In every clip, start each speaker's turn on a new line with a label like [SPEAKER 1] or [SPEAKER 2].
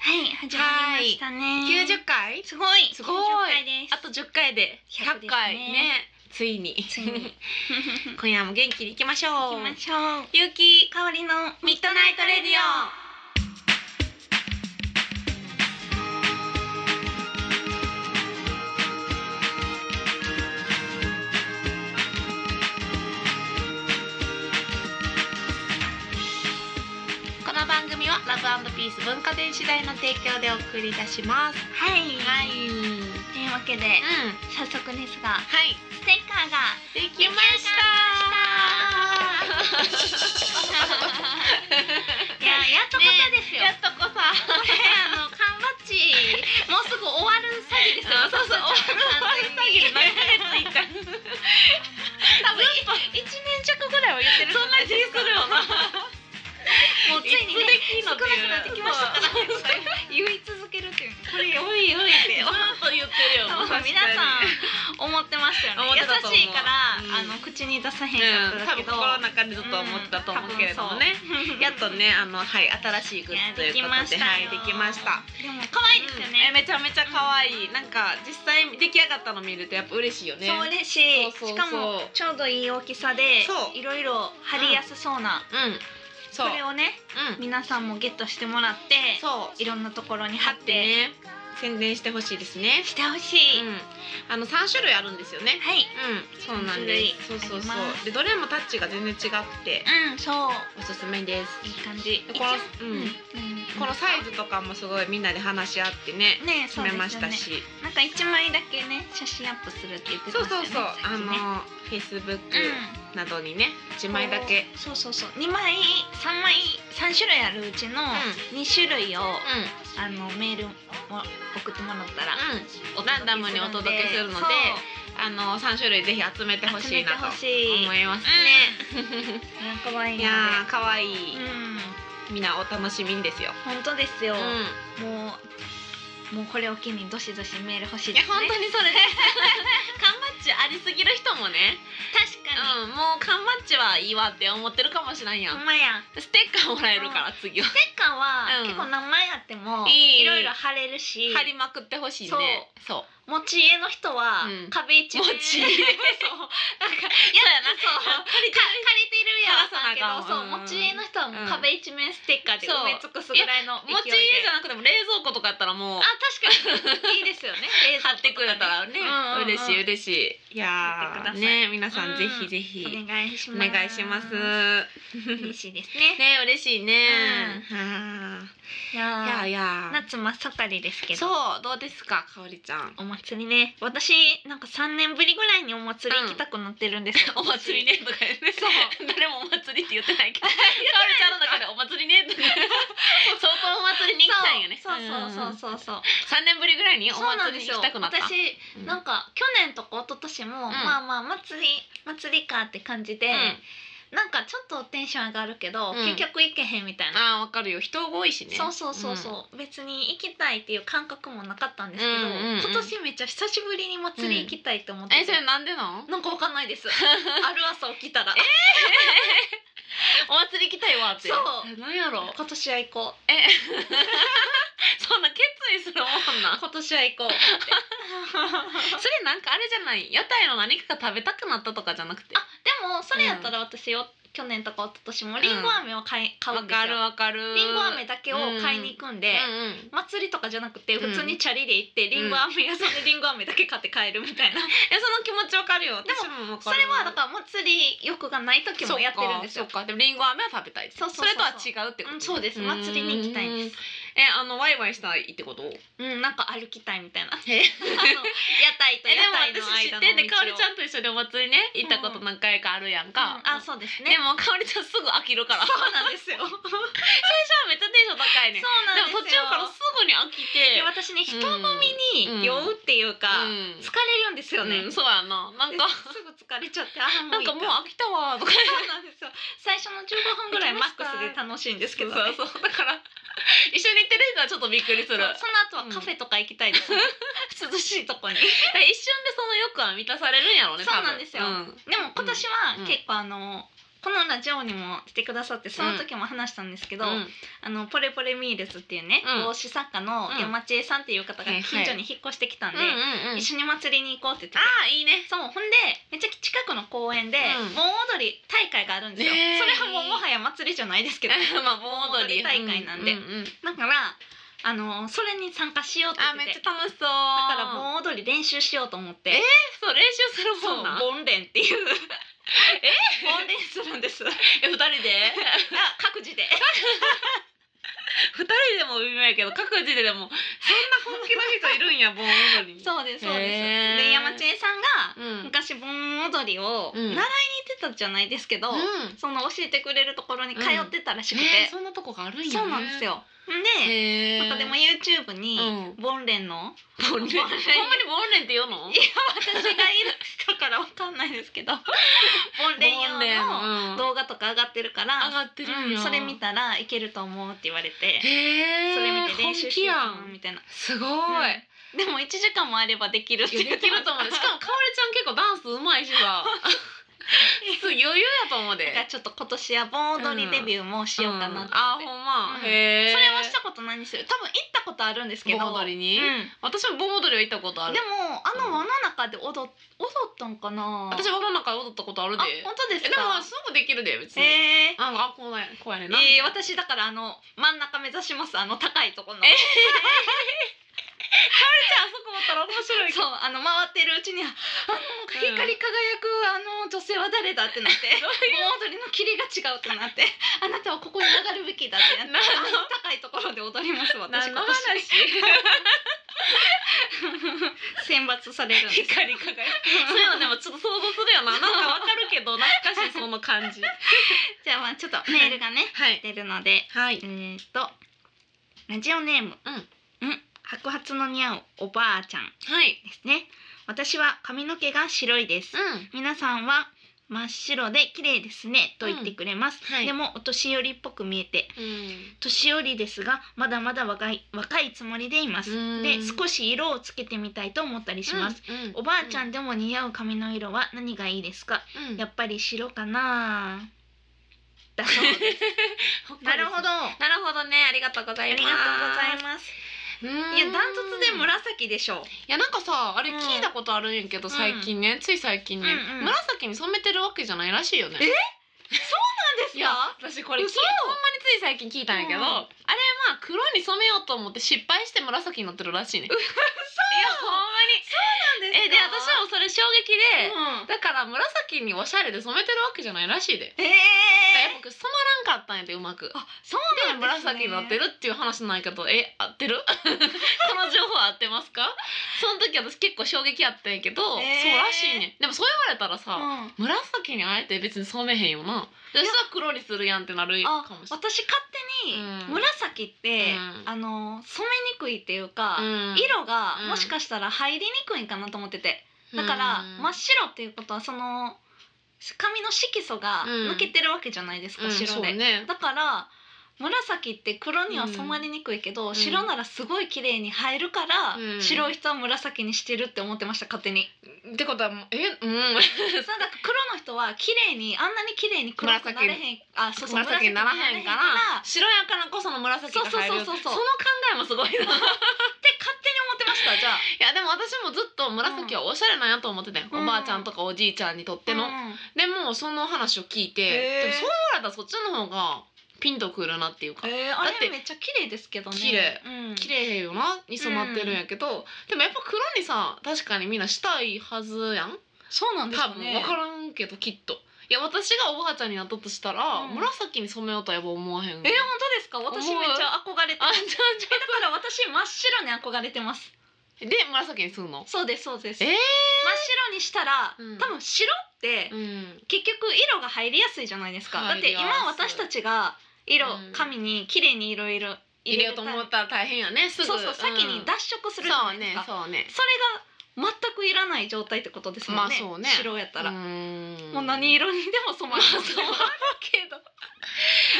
[SPEAKER 1] はい、始まりましたね。
[SPEAKER 2] 九十回
[SPEAKER 1] すごい。
[SPEAKER 2] すご
[SPEAKER 1] 90
[SPEAKER 2] い
[SPEAKER 1] 回です。
[SPEAKER 2] あと10回で
[SPEAKER 1] 100
[SPEAKER 2] 100
[SPEAKER 1] ですね
[SPEAKER 2] 回ねついに
[SPEAKER 1] ついに
[SPEAKER 2] 今夜も元気にいきましょう
[SPEAKER 1] 行きましょう。
[SPEAKER 2] ゆうき
[SPEAKER 1] 香りの
[SPEAKER 2] ミッドナイトレディオこの番組はラブピース文化電子台の提供でお送りいたします
[SPEAKER 1] はい。
[SPEAKER 2] はいうん
[SPEAKER 1] というわけで、早速ですが、
[SPEAKER 2] はい
[SPEAKER 1] ステッカーが
[SPEAKER 2] できまし
[SPEAKER 1] ま した。いや、やっとこさです
[SPEAKER 2] た
[SPEAKER 1] よ。
[SPEAKER 2] やっとこ
[SPEAKER 1] こ
[SPEAKER 2] さ
[SPEAKER 1] れあの缶バッジ、もうすぐ終わる詐欺ですよ。
[SPEAKER 2] そうそう終わる詐欺で何ヶ月いいか
[SPEAKER 1] 多分
[SPEAKER 2] 一年弱ぐらいは言ってる そんな気するよな
[SPEAKER 1] もうついにね、少なくなってきましたから、
[SPEAKER 2] そう
[SPEAKER 1] 言い続けるっていうね。これ
[SPEAKER 2] おいおいってずっと言ってるよ
[SPEAKER 1] 多分皆さん思ってましたよね
[SPEAKER 2] 思ってたと
[SPEAKER 1] 優
[SPEAKER 2] 思う
[SPEAKER 1] しいから、
[SPEAKER 2] うん
[SPEAKER 1] あの口に出さへんや
[SPEAKER 2] うん
[SPEAKER 1] つだ
[SPEAKER 2] 多分
[SPEAKER 1] けど、
[SPEAKER 2] 心の中でずっと思ってたと思うけれどもね、
[SPEAKER 1] うん
[SPEAKER 2] やっとねあのはい新しいグッズということではいできました。
[SPEAKER 1] でも可愛いですよ
[SPEAKER 2] うん
[SPEAKER 1] ね。
[SPEAKER 2] えめちゃめちゃ可愛い、なんか実際出来上がったの見るとやっぱ嬉しいよね
[SPEAKER 1] そう嬉しい
[SPEAKER 2] そうそうそう
[SPEAKER 1] しかもちょうどいい大きさで
[SPEAKER 2] そう
[SPEAKER 1] いろいろ貼りやすそうな、
[SPEAKER 2] うんそう
[SPEAKER 1] これをね
[SPEAKER 2] うん
[SPEAKER 1] 皆さんもゲットしてもらって
[SPEAKER 2] そう
[SPEAKER 1] いろんなところに貼
[SPEAKER 2] 貼
[SPEAKER 1] っ
[SPEAKER 2] っててね宣伝してほしいですね
[SPEAKER 1] してほし
[SPEAKER 2] う
[SPEAKER 1] い、
[SPEAKER 2] んあの三種類あるんですよね
[SPEAKER 1] はい
[SPEAKER 2] うんそうなんですそ
[SPEAKER 1] 三種類
[SPEAKER 2] うそうそ
[SPEAKER 1] あります
[SPEAKER 2] うでどれもタッチが全然違くて
[SPEAKER 1] うんそう
[SPEAKER 2] おすすめです
[SPEAKER 1] いい感じ
[SPEAKER 2] でこの
[SPEAKER 1] 一応
[SPEAKER 2] うん
[SPEAKER 1] うん
[SPEAKER 2] このサイズとかもすごいみんなで話し合ってね
[SPEAKER 1] ね
[SPEAKER 2] 決
[SPEAKER 1] そう
[SPEAKER 2] め
[SPEAKER 1] ですよね
[SPEAKER 2] ましたし
[SPEAKER 1] なんか一枚だけね写真アップするって言って
[SPEAKER 2] そ
[SPEAKER 1] ま
[SPEAKER 2] う
[SPEAKER 1] したよ
[SPEAKER 2] そう
[SPEAKER 1] ね
[SPEAKER 2] そう
[SPEAKER 1] さっ
[SPEAKER 2] あ
[SPEAKER 1] きね
[SPEAKER 2] の フェイスブック
[SPEAKER 1] うん
[SPEAKER 2] などにね一枚だけ
[SPEAKER 1] そうそうそう2枚3枚3種類あるうちの2種類を、
[SPEAKER 2] うん
[SPEAKER 1] あのメールも送ってもらったら、
[SPEAKER 2] うん、ランダムにお届けするので
[SPEAKER 1] そう
[SPEAKER 2] あの3種類ぜひ集めてほしいな
[SPEAKER 1] 集めて
[SPEAKER 2] と
[SPEAKER 1] ほしい
[SPEAKER 2] 思いますね。
[SPEAKER 1] かわいい
[SPEAKER 2] い
[SPEAKER 1] ね
[SPEAKER 2] やー可愛いい、
[SPEAKER 1] うん
[SPEAKER 2] みんなお楽しみんですよ。
[SPEAKER 1] 本当ですよ
[SPEAKER 2] うん、、
[SPEAKER 1] もうもうこれを機にどしどしメール欲しい
[SPEAKER 2] い
[SPEAKER 1] で
[SPEAKER 2] や
[SPEAKER 1] すね
[SPEAKER 2] 本当に それで缶バッジありすぎる人もね、
[SPEAKER 1] 確か
[SPEAKER 2] うん、もう缶バッジはいいわって思ってるかもしれんや
[SPEAKER 1] に、
[SPEAKER 2] ん
[SPEAKER 1] ほんまや
[SPEAKER 2] ステッカーもらえるから次は
[SPEAKER 1] ステッカーは、
[SPEAKER 2] うん
[SPEAKER 1] 結構名前あっても
[SPEAKER 2] いい
[SPEAKER 1] いろいろ貼れるし
[SPEAKER 2] 貼りまくってほしいねそう
[SPEAKER 1] 持ち家の人は、
[SPEAKER 2] うん
[SPEAKER 1] 壁一
[SPEAKER 2] 持
[SPEAKER 1] 面
[SPEAKER 2] ち
[SPEAKER 1] や
[SPEAKER 2] 家
[SPEAKER 1] っ
[SPEAKER 2] そうなんかそうやなそう
[SPEAKER 1] 借りてるやんだけど
[SPEAKER 2] 垂らさなあかん
[SPEAKER 1] そう
[SPEAKER 2] わ
[SPEAKER 1] 持ち家の人はも
[SPEAKER 2] うん
[SPEAKER 1] う壁一面ステッカーで
[SPEAKER 2] そう
[SPEAKER 1] 埋め尽くすぐらいの
[SPEAKER 2] 持ち
[SPEAKER 1] 勢い
[SPEAKER 2] 家じ
[SPEAKER 1] で
[SPEAKER 2] ゃなくても冷蔵庫とかやったらもう
[SPEAKER 1] あ確かにいいですよね
[SPEAKER 2] 貼ってくれたらね、
[SPEAKER 1] うんうんうん
[SPEAKER 2] 嬉しい嬉しい。い
[SPEAKER 1] 貼ってく
[SPEAKER 2] や
[SPEAKER 1] ださ
[SPEAKER 2] ー
[SPEAKER 1] い
[SPEAKER 2] ね皆さ
[SPEAKER 1] うんん
[SPEAKER 2] ぜひぜひ
[SPEAKER 1] お願いし
[SPEAKER 2] お
[SPEAKER 1] ます
[SPEAKER 2] 願いします。
[SPEAKER 1] 嬉しいですね
[SPEAKER 2] ね嬉しいね。は
[SPEAKER 1] じゃ
[SPEAKER 2] あいや
[SPEAKER 1] あ
[SPEAKER 2] いや。
[SPEAKER 1] 夏真っ盛りですけど
[SPEAKER 2] そうどうですかかおりちゃん。
[SPEAKER 1] お祭りね私なんか3年ぶりぐらいにお祭り行きたくなってるんですよ、
[SPEAKER 2] お祭りねとかね。
[SPEAKER 1] そう
[SPEAKER 2] 誰もお祭りって言ってないけ ど、かおりちゃんの中でお祭りねとか。相当お祭りに行きたいよね。
[SPEAKER 1] そうそうそう
[SPEAKER 2] う。
[SPEAKER 1] そうそう
[SPEAKER 2] 三年ぶりぐらいにお
[SPEAKER 1] そうなんで
[SPEAKER 2] 祭りに
[SPEAKER 1] すよ
[SPEAKER 2] 行きたくなった。
[SPEAKER 1] 私
[SPEAKER 2] うん
[SPEAKER 1] なんか去年とか一昨年も、
[SPEAKER 2] ん
[SPEAKER 1] まあまあ祭り祭りかって感じで、
[SPEAKER 2] うん
[SPEAKER 1] なんかちょっとテンション上がるけど、
[SPEAKER 2] うん
[SPEAKER 1] 結局行けへんみたいな、
[SPEAKER 2] あーわかるよ人多いしね。
[SPEAKER 1] そうそうそうそう、別に行きたいっていう感覚もなかったんですけど、
[SPEAKER 2] うんうんうん
[SPEAKER 1] 今年めっちゃ久しぶりに祭り行きたいと思ってて、
[SPEAKER 2] えそれなんでなん？
[SPEAKER 1] なんかわかんないです ある朝起きたら
[SPEAKER 2] お祭り行きたいわって。
[SPEAKER 1] そう
[SPEAKER 2] なんやろ。
[SPEAKER 1] 今年は行こう
[SPEAKER 2] えそんな決意するもんな
[SPEAKER 1] 今年は行こ うって
[SPEAKER 2] それなんかあれじゃない屋台の何かが食べたくなったとかじゃなくて
[SPEAKER 1] あでもそれやったら私よ、去年とか一昨年もりんご飴を買い買うんで
[SPEAKER 2] わ
[SPEAKER 1] す
[SPEAKER 2] かる
[SPEAKER 1] よ
[SPEAKER 2] わかる
[SPEAKER 1] りんご飴だけを買いに行くんで、
[SPEAKER 2] うんうん
[SPEAKER 1] 祭りとかじゃなくて
[SPEAKER 2] うん
[SPEAKER 1] 普通にチャリで行ってりんご飴屋さんでりんご飴だけ買って帰るみたいな、
[SPEAKER 2] えその気持ちわかるよ
[SPEAKER 1] でも
[SPEAKER 2] 私もわ
[SPEAKER 1] そ
[SPEAKER 2] かる
[SPEAKER 1] れはだから祭り欲がない時もやってるんですよ
[SPEAKER 2] そうかそうかでもりんご飴は食べたい
[SPEAKER 1] そうそうそうそう
[SPEAKER 2] れとは違うってこと、
[SPEAKER 1] うんそうです祭りに行きたいです
[SPEAKER 2] えあのワイワイしたいってこと
[SPEAKER 1] うんなんか歩きたいみたい なあの
[SPEAKER 2] え
[SPEAKER 1] 屋台と
[SPEAKER 2] えで
[SPEAKER 1] 屋
[SPEAKER 2] も
[SPEAKER 1] 台の
[SPEAKER 2] 私知
[SPEAKER 1] 間の道
[SPEAKER 2] っ
[SPEAKER 1] を
[SPEAKER 2] てんでかおりちゃんと一緒にお祭りね行ったこと何回かあるやんか、
[SPEAKER 1] うんあそうです
[SPEAKER 2] で
[SPEAKER 1] ね
[SPEAKER 2] もかおりちゃんすぐ飽きるから
[SPEAKER 1] そうなんです よそう
[SPEAKER 2] めっちゃテンション高いね
[SPEAKER 1] なんです
[SPEAKER 2] でも
[SPEAKER 1] よ
[SPEAKER 2] 途中からすぐに飽きて
[SPEAKER 1] いや私ね人混みに酔うっていうか、
[SPEAKER 2] うん
[SPEAKER 1] 疲れるんですよね、
[SPEAKER 2] うんそうやななんか
[SPEAKER 1] ですぐ疲れちゃってあー
[SPEAKER 2] なんかもう
[SPEAKER 1] いいか
[SPEAKER 2] 飽きたわとか
[SPEAKER 1] そうなんですよ最初の15分ぐらいマックスで楽しいんですけど、ね、
[SPEAKER 2] そうそうだ から一緒に行ってる人はちょっとびっくりす
[SPEAKER 1] そ
[SPEAKER 2] る
[SPEAKER 1] うその後はカフェとか行きたいです、ね 涼しいとこに
[SPEAKER 2] 一瞬でその欲は満たされるんやろうね
[SPEAKER 1] そうなんですよ
[SPEAKER 2] 多分
[SPEAKER 1] でも今年は
[SPEAKER 2] うん
[SPEAKER 1] 結構あの、このラジオにも来てくださってその時も話したんですけど、
[SPEAKER 2] うん
[SPEAKER 1] あのポレポレミーレスっていうね、
[SPEAKER 2] うん
[SPEAKER 1] 帽子作家の山千恵さんっていう方が
[SPEAKER 2] はいはい
[SPEAKER 1] 近所に引っ越してきたんで、
[SPEAKER 2] うんうん
[SPEAKER 1] 一緒に祭りに行こうって言ってて
[SPEAKER 2] ああいいね
[SPEAKER 1] そうほんでめっちゃ近くの公園で
[SPEAKER 2] うん
[SPEAKER 1] 盆踊り大会があるんですよ、
[SPEAKER 2] ねえ
[SPEAKER 1] それはもうもはや祭りじゃないですけど
[SPEAKER 2] まあ盆
[SPEAKER 1] 盆
[SPEAKER 2] 踊り
[SPEAKER 1] 踊り大会なんで
[SPEAKER 2] うううん
[SPEAKER 1] だからあのそれに参加しようって
[SPEAKER 2] あ
[SPEAKER 1] 言
[SPEAKER 2] め
[SPEAKER 1] っ
[SPEAKER 2] ってち
[SPEAKER 1] て
[SPEAKER 2] ゃ楽しそうだ
[SPEAKER 1] だから盆踊り練習しようと思って
[SPEAKER 2] えそう練習する
[SPEAKER 1] そう
[SPEAKER 2] もんな
[SPEAKER 1] 盆練 っていうえ盆練するんですあ
[SPEAKER 2] え 二人で
[SPEAKER 1] 各自で
[SPEAKER 2] 二人でも微妙やけど各自ででもそんな本気の人いる んや盆踊りに
[SPEAKER 1] そうですそうです
[SPEAKER 2] へえ
[SPEAKER 1] で山千恵さんが
[SPEAKER 2] うん
[SPEAKER 1] 昔盆踊りを
[SPEAKER 2] う
[SPEAKER 1] 習い
[SPEAKER 2] ん
[SPEAKER 1] に行ってたじゃないですけど、
[SPEAKER 2] うん
[SPEAKER 1] その教えてくれるところに通ってたらしくて、
[SPEAKER 2] ねそんなとこがあるんやね
[SPEAKER 1] そうなんですよ。で、
[SPEAKER 2] へ
[SPEAKER 1] なんかでも YouTube に、
[SPEAKER 2] うん
[SPEAKER 1] ボンレンの
[SPEAKER 2] 盆練 ほんまに盆練って言うの
[SPEAKER 1] いや私がいるからわかんないですけ どボンレン
[SPEAKER 2] 盆練
[SPEAKER 1] 用の
[SPEAKER 2] うん
[SPEAKER 1] 動画とか上がってるから
[SPEAKER 2] 上がってるん
[SPEAKER 1] う
[SPEAKER 2] や
[SPEAKER 1] んそれ見たらいけると思うって言われて
[SPEAKER 2] へえ
[SPEAKER 1] それ見て練習しようか
[SPEAKER 2] 本気
[SPEAKER 1] な
[SPEAKER 2] やん
[SPEAKER 1] みたいな
[SPEAKER 2] すごい
[SPEAKER 1] うんでも1時間もあればできるって
[SPEAKER 2] いや
[SPEAKER 1] 言
[SPEAKER 2] で
[SPEAKER 1] っ
[SPEAKER 2] き
[SPEAKER 1] て
[SPEAKER 2] ると思うしかもかおりちゃん結構ダンスうまいし さすごい余裕やと思う で
[SPEAKER 1] だからちょっと今年は盆踊りデビューもしようかなって
[SPEAKER 2] あ
[SPEAKER 1] 思って、
[SPEAKER 2] ほんま、
[SPEAKER 1] うん
[SPEAKER 2] へえ
[SPEAKER 1] それはしたことないんですよ多分行ったことあるんですけど
[SPEAKER 2] 盆踊りに
[SPEAKER 1] うん
[SPEAKER 2] 私も盆踊りは行ったことある
[SPEAKER 1] でもあの輪の中で踊っ踊ったんかな
[SPEAKER 2] 私は世の中で踊ったことある
[SPEAKER 1] あ
[SPEAKER 2] で
[SPEAKER 1] 本当です
[SPEAKER 2] えでも
[SPEAKER 1] か
[SPEAKER 2] すぐできるで別に、
[SPEAKER 1] えー、
[SPEAKER 2] ああこうなんやこうやねんな、
[SPEAKER 1] えー、
[SPEAKER 2] みたいな
[SPEAKER 1] 私だからあの真ん中目指しますあの高いところの、
[SPEAKER 2] えじゃああそこおったら面白い
[SPEAKER 1] そうあの回ってるうちにああの光り輝くあの女性は誰だってなって
[SPEAKER 2] どう
[SPEAKER 1] 盆踊りのキリが違うってなってあなたはここに流るべきだってなって
[SPEAKER 2] なる
[SPEAKER 1] あの高いところで踊ります私
[SPEAKER 2] 何
[SPEAKER 1] 今
[SPEAKER 2] の話
[SPEAKER 1] 年選抜されるん です
[SPEAKER 2] 光り輝くそういうのでもちょっと想像するよななんかわかるけど懐かしいその感 じは
[SPEAKER 1] じゃあまあちょっとメールがね
[SPEAKER 2] い
[SPEAKER 1] 出るので
[SPEAKER 2] はい
[SPEAKER 1] えーっとラジオネーム、うん、白髪の似合うおばあちゃん
[SPEAKER 2] はい
[SPEAKER 1] ですね私は髪の毛が白いです、
[SPEAKER 2] うん
[SPEAKER 1] 皆さんは真っ白で綺麗ですねと言ってくれます、
[SPEAKER 2] うんはい
[SPEAKER 1] でもお年寄りっぽく見えて
[SPEAKER 2] うん
[SPEAKER 1] 年寄りですがまだまだ若い若いつもりでいます
[SPEAKER 2] うん
[SPEAKER 1] で少し色をつけてみたいと思ったりします、、
[SPEAKER 2] うんうん
[SPEAKER 1] おばあちゃんでも似合う髪の色は何がいいですか
[SPEAKER 2] うん
[SPEAKER 1] やっぱり白かな だそうです なるほどあ
[SPEAKER 2] なるほどねありがとうござい
[SPEAKER 1] り
[SPEAKER 2] ま
[SPEAKER 1] が
[SPEAKER 2] す
[SPEAKER 1] とうございます
[SPEAKER 2] う
[SPEAKER 1] い
[SPEAKER 2] ー
[SPEAKER 1] や
[SPEAKER 2] ん
[SPEAKER 1] ダントツで紫でしょう
[SPEAKER 2] いやなんかさあれ
[SPEAKER 1] うん
[SPEAKER 2] 聞いたことあるんやけど、最近ねつい最近ね、
[SPEAKER 1] うんうん
[SPEAKER 2] 紫に染めてるわけじゃないらしいよね
[SPEAKER 1] え
[SPEAKER 2] なん
[SPEAKER 1] ですか
[SPEAKER 2] いや私これ聞い
[SPEAKER 1] 嘘
[SPEAKER 2] ほんまについ最近聞いたんやけど、
[SPEAKER 1] うん
[SPEAKER 2] あれまあ黒に染めようと思って失敗して紫になってるらしいねいやほんま
[SPEAKER 1] なん
[SPEAKER 2] にえで私はもうそれ衝撃で、
[SPEAKER 1] うん
[SPEAKER 2] だから紫におしゃれで染めてるわけじゃないらしいで、
[SPEAKER 1] え
[SPEAKER 2] だからや
[SPEAKER 1] え
[SPEAKER 2] っぱ染まらんかったんやでうまく
[SPEAKER 1] あそ
[SPEAKER 2] で
[SPEAKER 1] うなんですね
[SPEAKER 2] 紫になってるっていう話なんやけどえ合ってる その情報合ってますかその時私結構衝撃やったんやけど、
[SPEAKER 1] えー
[SPEAKER 2] そうらしいねでもそう言われたらさ、
[SPEAKER 1] うん
[SPEAKER 2] 紫にあえて別に染めへんよなでそしたら黒にするやんってなるか
[SPEAKER 1] あ
[SPEAKER 2] もしれない
[SPEAKER 1] 私勝手に
[SPEAKER 2] うん
[SPEAKER 1] 紫って、
[SPEAKER 2] うん
[SPEAKER 1] あの染めにくいっていうか、
[SPEAKER 2] うん
[SPEAKER 1] 色が
[SPEAKER 2] うん
[SPEAKER 1] もしかしたら入りにくいんかなと思っててだから
[SPEAKER 2] うん
[SPEAKER 1] 真っ白っていうことはその髪の色素が
[SPEAKER 2] うん
[SPEAKER 1] 抜けてるわけじゃないですか、
[SPEAKER 2] うん
[SPEAKER 1] 白
[SPEAKER 2] そ
[SPEAKER 1] で、
[SPEAKER 2] うね
[SPEAKER 1] だから紫って黒には染まりにくいけど、
[SPEAKER 2] ん
[SPEAKER 1] 白ならすごい綺麗に入るから、
[SPEAKER 2] うん
[SPEAKER 1] 白い人は紫にしてるって思ってました勝手に
[SPEAKER 2] ってことはもうえうん
[SPEAKER 1] そうだから黒の人は綺麗にあんなに綺麗に黒くなれへんあそうそう
[SPEAKER 2] 紫にならへんから
[SPEAKER 1] 紫にならへんからって
[SPEAKER 2] 白やからこその紫が入
[SPEAKER 1] そ
[SPEAKER 2] る
[SPEAKER 1] うそうそうそうそう
[SPEAKER 2] の考えもすごいない
[SPEAKER 1] 勝手に思ってましたじゃあ
[SPEAKER 2] やでも私もずっと紫はおしゃれなんやと思ってたよ、
[SPEAKER 1] うん
[SPEAKER 2] おばあちゃんとかおじいちゃんにとっての、
[SPEAKER 1] うん
[SPEAKER 2] でもその話を聞いて、
[SPEAKER 1] へー
[SPEAKER 2] でもそう言われたらそっちの方がピンとくるなっていうか、
[SPEAKER 1] えー、あ
[SPEAKER 2] だって
[SPEAKER 1] れめっちゃ綺麗ですけどね
[SPEAKER 2] 綺麗、
[SPEAKER 1] うん、
[SPEAKER 2] 綺麗よなに染まってるんやけど、でもやっぱ黒にさ確かにみんなしたいはずやん
[SPEAKER 1] そうなんです
[SPEAKER 2] 多
[SPEAKER 1] か
[SPEAKER 2] 分
[SPEAKER 1] ね
[SPEAKER 2] 分からんけどきっといや私がおばあちゃんになったとしたら、
[SPEAKER 1] うん
[SPEAKER 2] 紫に染めようとはやっぱ思わへん
[SPEAKER 1] えー、本当ですか私めっちゃ憧れて
[SPEAKER 2] あ
[SPEAKER 1] ま
[SPEAKER 2] じ
[SPEAKER 1] す
[SPEAKER 2] ゃあ
[SPEAKER 1] え
[SPEAKER 2] じ
[SPEAKER 1] だから私真っ白に憧れてます
[SPEAKER 2] ゃあで紫にするの
[SPEAKER 1] そうですそうです、
[SPEAKER 2] えー
[SPEAKER 1] 真っ白にしたら、
[SPEAKER 2] うん
[SPEAKER 1] 多分白って
[SPEAKER 2] うん
[SPEAKER 1] 結局色が入りやすいじゃないですかだっ
[SPEAKER 2] 入
[SPEAKER 1] て
[SPEAKER 2] りや
[SPEAKER 1] 今
[SPEAKER 2] すい
[SPEAKER 1] 私たちが色、
[SPEAKER 2] うん
[SPEAKER 1] 髪に綺麗に色々
[SPEAKER 2] 入れようと思ったら大変やねすぐ
[SPEAKER 1] そうそう、先に脱色するじゃないですか。そ,、
[SPEAKER 2] そうねそう
[SPEAKER 1] れが全
[SPEAKER 2] ね
[SPEAKER 1] くいらない状態ってことですもんね。
[SPEAKER 2] まあそうね
[SPEAKER 1] 白やったら、
[SPEAKER 2] うーん
[SPEAKER 1] もう何色にでも染まる。
[SPEAKER 2] まあそう
[SPEAKER 1] けど。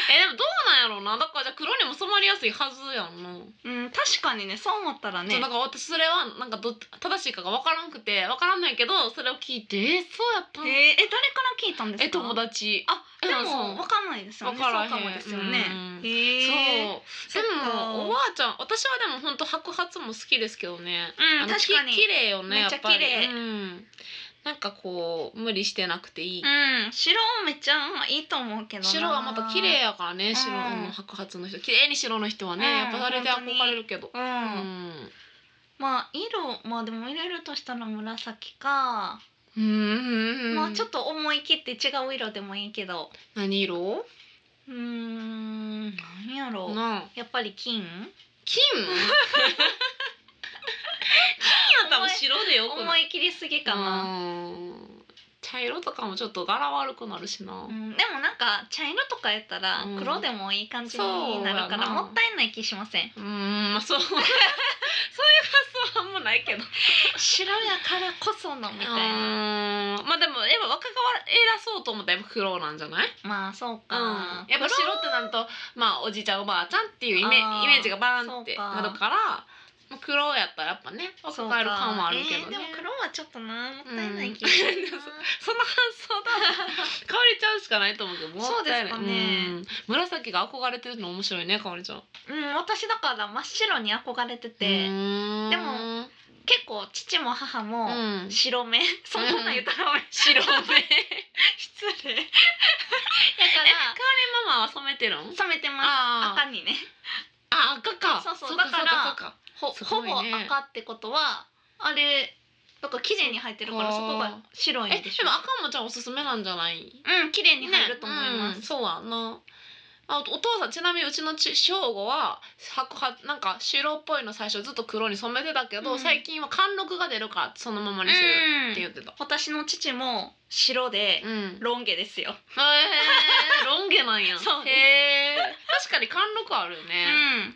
[SPEAKER 2] えでもどうななんやろうなだからじゃあ黒にも染まりやすいはずやん な、
[SPEAKER 1] うん確かにねそう思ったら
[SPEAKER 2] そう
[SPEAKER 1] ね
[SPEAKER 2] なんか私それはなんかど正しいかが分からんくて分からんないけどそれを聞いてえそうやった
[SPEAKER 1] え
[SPEAKER 2] ん
[SPEAKER 1] ー、え誰から聞いたんですか
[SPEAKER 2] え友達あ
[SPEAKER 1] で
[SPEAKER 2] うんそう
[SPEAKER 1] もわかんないですよね
[SPEAKER 2] わからへん
[SPEAKER 1] そうかもですよね
[SPEAKER 2] うん
[SPEAKER 1] へ
[SPEAKER 2] そう
[SPEAKER 1] え
[SPEAKER 2] で
[SPEAKER 1] そっか
[SPEAKER 2] もおばあちゃん私はでも本当白髪も好きですけどね、
[SPEAKER 1] うん
[SPEAKER 2] あの
[SPEAKER 1] 確かに
[SPEAKER 2] き綺麗よね
[SPEAKER 1] め
[SPEAKER 2] や
[SPEAKER 1] っ
[SPEAKER 2] っ
[SPEAKER 1] ちゃ
[SPEAKER 2] ぱり
[SPEAKER 1] 綺麗
[SPEAKER 2] うん、なんかこう無理してなくていい、
[SPEAKER 1] うん白めっちゃいいと思うけどな
[SPEAKER 2] 白はまた綺麗やからね白、
[SPEAKER 1] うん
[SPEAKER 2] うん白髪の人綺麗に白の人はね、
[SPEAKER 1] うん
[SPEAKER 2] やっぱ誰で憧れるけど
[SPEAKER 1] う、
[SPEAKER 2] うんん、
[SPEAKER 1] まあ色まあでも入れるとしたら紫か、
[SPEAKER 2] うん
[SPEAKER 1] まあちょっと思い切って違う色でもいいけど
[SPEAKER 2] 何色
[SPEAKER 1] うーん何やろう
[SPEAKER 2] なあ
[SPEAKER 1] やっぱり金
[SPEAKER 2] 金金やったら白でよく
[SPEAKER 1] 思
[SPEAKER 2] ない
[SPEAKER 1] い切りすぎかな、
[SPEAKER 2] うん茶色とかもちょっと柄悪くなるしな、
[SPEAKER 1] うん、でもなんか茶色とかやったら
[SPEAKER 2] うん
[SPEAKER 1] 黒でもいい感じになるから、
[SPEAKER 2] そうや
[SPEAKER 1] も
[SPEAKER 2] な
[SPEAKER 1] ったいない気しません
[SPEAKER 2] うーんまあそう そういう発想はあんまないけど
[SPEAKER 1] 白やからこそのみたいな
[SPEAKER 2] うーんまあでもやっぱ若返らそうと思ったらやっぱ苦労なんじゃない、
[SPEAKER 1] まあそう
[SPEAKER 2] うん、
[SPEAKER 1] か、
[SPEAKER 2] やっぱ白ってなるとまあおじいちゃんおばあちゃんっていうイメ
[SPEAKER 1] あー
[SPEAKER 2] イメージがバーンって
[SPEAKER 1] そうか
[SPEAKER 2] なるからまあ、苦労やったらやっぱね若
[SPEAKER 1] そう
[SPEAKER 2] 返る感はあるけ
[SPEAKER 1] え
[SPEAKER 2] ど
[SPEAKER 1] ーで
[SPEAKER 2] ね、
[SPEAKER 1] も黒はちょっとなもったいない気
[SPEAKER 2] う
[SPEAKER 1] が
[SPEAKER 2] ん
[SPEAKER 1] するな
[SPEAKER 2] そんな発想 だかおりちゃんしかないと思うけどもったいない
[SPEAKER 1] そうですかね
[SPEAKER 2] うん紫が憧れてるの面白いねかおりちゃん
[SPEAKER 1] うん、私だから真っ白に憧れてて、
[SPEAKER 2] うーん
[SPEAKER 1] でも結構父も母も
[SPEAKER 2] うん
[SPEAKER 1] 白目、そんなの言ったらごめん
[SPEAKER 2] 白目
[SPEAKER 1] 失礼 だから
[SPEAKER 2] ママは染めてるん
[SPEAKER 1] 染めてます
[SPEAKER 2] あ
[SPEAKER 1] 赤にね
[SPEAKER 2] あ赤か
[SPEAKER 1] そうそう
[SPEAKER 2] か
[SPEAKER 1] だから
[SPEAKER 2] そうか
[SPEAKER 1] ほ,、
[SPEAKER 2] す
[SPEAKER 1] ほ
[SPEAKER 2] ごいね
[SPEAKER 1] ぼ赤ってことはあれだから綺麗に入ってるからそ
[SPEAKER 2] そっか
[SPEAKER 1] こが白
[SPEAKER 2] そうかえ
[SPEAKER 1] いん
[SPEAKER 2] で
[SPEAKER 1] で
[SPEAKER 2] も
[SPEAKER 1] しょ
[SPEAKER 2] 赤もじゃあおすすめなんじゃない
[SPEAKER 1] うん綺麗に入ると思いま
[SPEAKER 2] ねうん
[SPEAKER 1] す、
[SPEAKER 2] そうやんなあお父さんちなみにうちのち正吾は白髪なんか白っぽいの最初ずっと黒に染めてたけど、
[SPEAKER 1] うん
[SPEAKER 2] 最近は貫禄が出るからそのまま
[SPEAKER 1] う
[SPEAKER 2] にするって言
[SPEAKER 1] ん
[SPEAKER 2] ってた
[SPEAKER 1] 私の父も白で
[SPEAKER 2] うん、
[SPEAKER 1] ロン毛ですよ、
[SPEAKER 2] へえロン毛なん や
[SPEAKER 1] そうです
[SPEAKER 2] へえ確かに貫禄あるよね、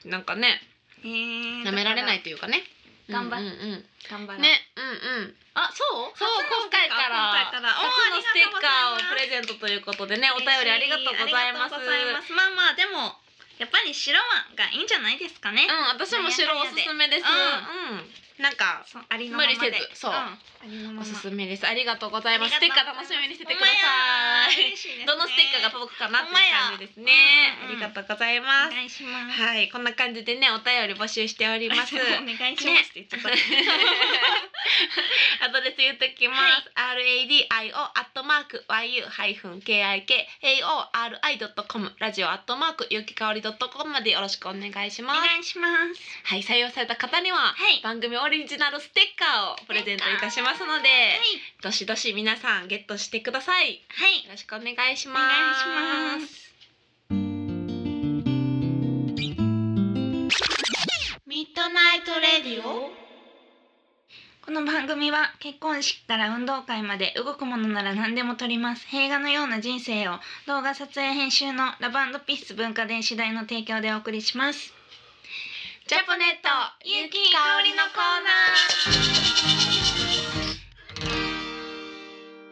[SPEAKER 1] う
[SPEAKER 2] なんかね
[SPEAKER 1] んへえ
[SPEAKER 2] なめられないというかね
[SPEAKER 1] だから頑張
[SPEAKER 2] う
[SPEAKER 1] っ
[SPEAKER 2] んうん
[SPEAKER 1] 頑張ろ
[SPEAKER 2] うん、
[SPEAKER 1] う
[SPEAKER 2] ねうんうん
[SPEAKER 1] あそう
[SPEAKER 2] そう
[SPEAKER 1] 初の
[SPEAKER 2] 今回から
[SPEAKER 1] 今回からお
[SPEAKER 2] 初のステッカーをプ
[SPEAKER 1] ありがとうございます
[SPEAKER 2] レゼントということでねお便りありがとうございます。
[SPEAKER 1] 嬉しありがとうございますまあまあでもやっぱり白はがいいんじゃないですかね、
[SPEAKER 2] うん、私も白おすすめです。
[SPEAKER 1] うん
[SPEAKER 2] うん、なんか
[SPEAKER 1] そうありのままで
[SPEAKER 2] 無理せずそうん
[SPEAKER 1] ありのまま
[SPEAKER 2] おすすめです。ありがとうございます。ス
[SPEAKER 1] あ
[SPEAKER 2] テ
[SPEAKER 1] り
[SPEAKER 2] ッ
[SPEAKER 1] が
[SPEAKER 2] カー
[SPEAKER 1] とうご
[SPEAKER 2] 楽し
[SPEAKER 1] ざ
[SPEAKER 2] み
[SPEAKER 1] ま
[SPEAKER 2] に
[SPEAKER 1] す
[SPEAKER 2] しててくだ
[SPEAKER 1] ほ
[SPEAKER 2] さ
[SPEAKER 1] んまや
[SPEAKER 2] い。
[SPEAKER 1] 嬉しいですね
[SPEAKER 2] どのステッカーが届くかなっていう感じですね。
[SPEAKER 1] ほん
[SPEAKER 2] あ
[SPEAKER 1] まやうん
[SPEAKER 2] り
[SPEAKER 1] うん
[SPEAKER 2] がとうござい
[SPEAKER 1] お
[SPEAKER 2] ます。
[SPEAKER 1] 願いします
[SPEAKER 2] はい、こんな感じでね、お便り募集しており ます。
[SPEAKER 1] お願いします って言っちゃった、
[SPEAKER 2] アドレス言ってきます。RADIO アットマーク YU ハイフン KIKAORI ドットコムラジオアットマークゆきかおりドットコムまでよろしくお願いし
[SPEAKER 1] お
[SPEAKER 2] ます。
[SPEAKER 1] 願いします
[SPEAKER 2] はい、採用された方には
[SPEAKER 1] はい
[SPEAKER 2] 番組オリジナルステッカーをプレゼントいたしますので、
[SPEAKER 1] はい
[SPEAKER 2] どしどし皆さんゲットしてください。
[SPEAKER 1] はい
[SPEAKER 2] よろしくお願いし
[SPEAKER 1] お
[SPEAKER 2] ます。
[SPEAKER 1] 願いしますミッドナイトレディオこの番組は結婚式から運動会まで動くものなら何でも撮ります映画のような人生を動画撮影編集のラブピース文化電子代の提供でお送りします
[SPEAKER 2] ジャポネット
[SPEAKER 1] ゆ
[SPEAKER 2] ゆ
[SPEAKER 1] き
[SPEAKER 2] き
[SPEAKER 1] か
[SPEAKER 2] か
[SPEAKER 1] お
[SPEAKER 2] お
[SPEAKER 1] り
[SPEAKER 2] り
[SPEAKER 1] の
[SPEAKER 2] の
[SPEAKER 1] コ
[SPEAKER 2] コ
[SPEAKER 1] ー
[SPEAKER 2] ー
[SPEAKER 1] ナ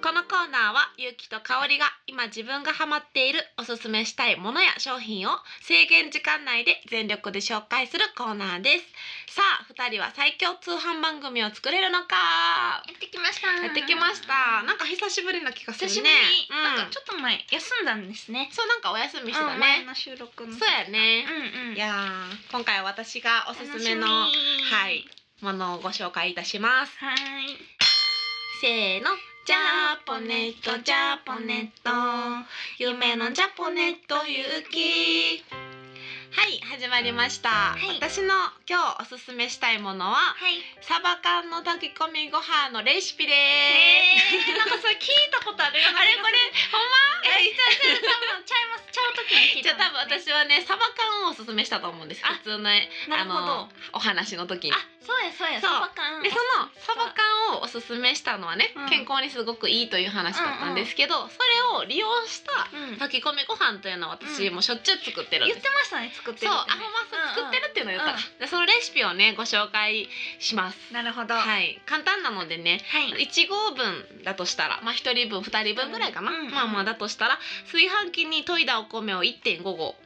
[SPEAKER 2] このコーナーはゆうきとかおりが今自分がハマっているおすすめしたいものや商品を制限時間内で全力で紹介するコーナーですさあ二人は最強通販番組を作れるのか
[SPEAKER 1] ーやってきました
[SPEAKER 2] やってきましたなんか久しぶりな気がする
[SPEAKER 1] 久
[SPEAKER 2] ね
[SPEAKER 1] しぶり、
[SPEAKER 2] うん、
[SPEAKER 1] なんかちょっと前休んだんですね
[SPEAKER 2] そうなんかお休みしてた
[SPEAKER 1] うん前
[SPEAKER 2] ね、
[SPEAKER 1] の収録の
[SPEAKER 2] そうやね、
[SPEAKER 1] うんうん
[SPEAKER 2] いやー今回は私がおすすめの
[SPEAKER 1] 楽しみ
[SPEAKER 2] はいものをご紹介いたします
[SPEAKER 1] はーい
[SPEAKER 2] せーのジャポネットジャポネット夢のジャポネットゆうきはい始まりました、
[SPEAKER 1] い
[SPEAKER 2] 私の今日おすすめしたいものは
[SPEAKER 1] はい
[SPEAKER 2] サバ缶の炊き込みご飯のレシピです、
[SPEAKER 1] えー、なんかそれ聞いた ことあるような
[SPEAKER 2] あれこれほんま
[SPEAKER 1] えじゃあじゃあ多分ちゃいますちゃう時に聞い
[SPEAKER 2] じゃ
[SPEAKER 1] た
[SPEAKER 2] あ多分
[SPEAKER 1] んですね
[SPEAKER 2] 私はねサバ缶をおすすめしたと思うんです
[SPEAKER 1] あ
[SPEAKER 2] 普通のね
[SPEAKER 1] なるほど
[SPEAKER 2] あのお話の時に
[SPEAKER 1] あそうやそうや
[SPEAKER 2] そう
[SPEAKER 1] サバ缶
[SPEAKER 2] でそのサバ缶をおすすめしたのはね、
[SPEAKER 1] うん
[SPEAKER 2] 健康にすごくいいという話だったんですけど、それを利用した
[SPEAKER 1] うん
[SPEAKER 2] 炊き込みご飯というのは私
[SPEAKER 1] うん
[SPEAKER 2] もしょっちゅう作ってるん
[SPEAKER 1] 言
[SPEAKER 2] で
[SPEAKER 1] っ
[SPEAKER 2] す、
[SPEAKER 1] てましたね作って
[SPEAKER 2] そう
[SPEAKER 1] る
[SPEAKER 2] ア
[SPEAKER 1] っ
[SPEAKER 2] ホ
[SPEAKER 1] てね
[SPEAKER 2] マス作ってるっていうのを言ったら、
[SPEAKER 1] うん
[SPEAKER 2] でそのレシピをねご紹介します
[SPEAKER 1] なるほどはい
[SPEAKER 2] はい簡単なのでね
[SPEAKER 1] はい
[SPEAKER 2] 1合分だとしたらまあ1人分2人分ぐらいかな、
[SPEAKER 1] うん
[SPEAKER 2] まあまあだとしたら炊飯器に研いだお米を1.5合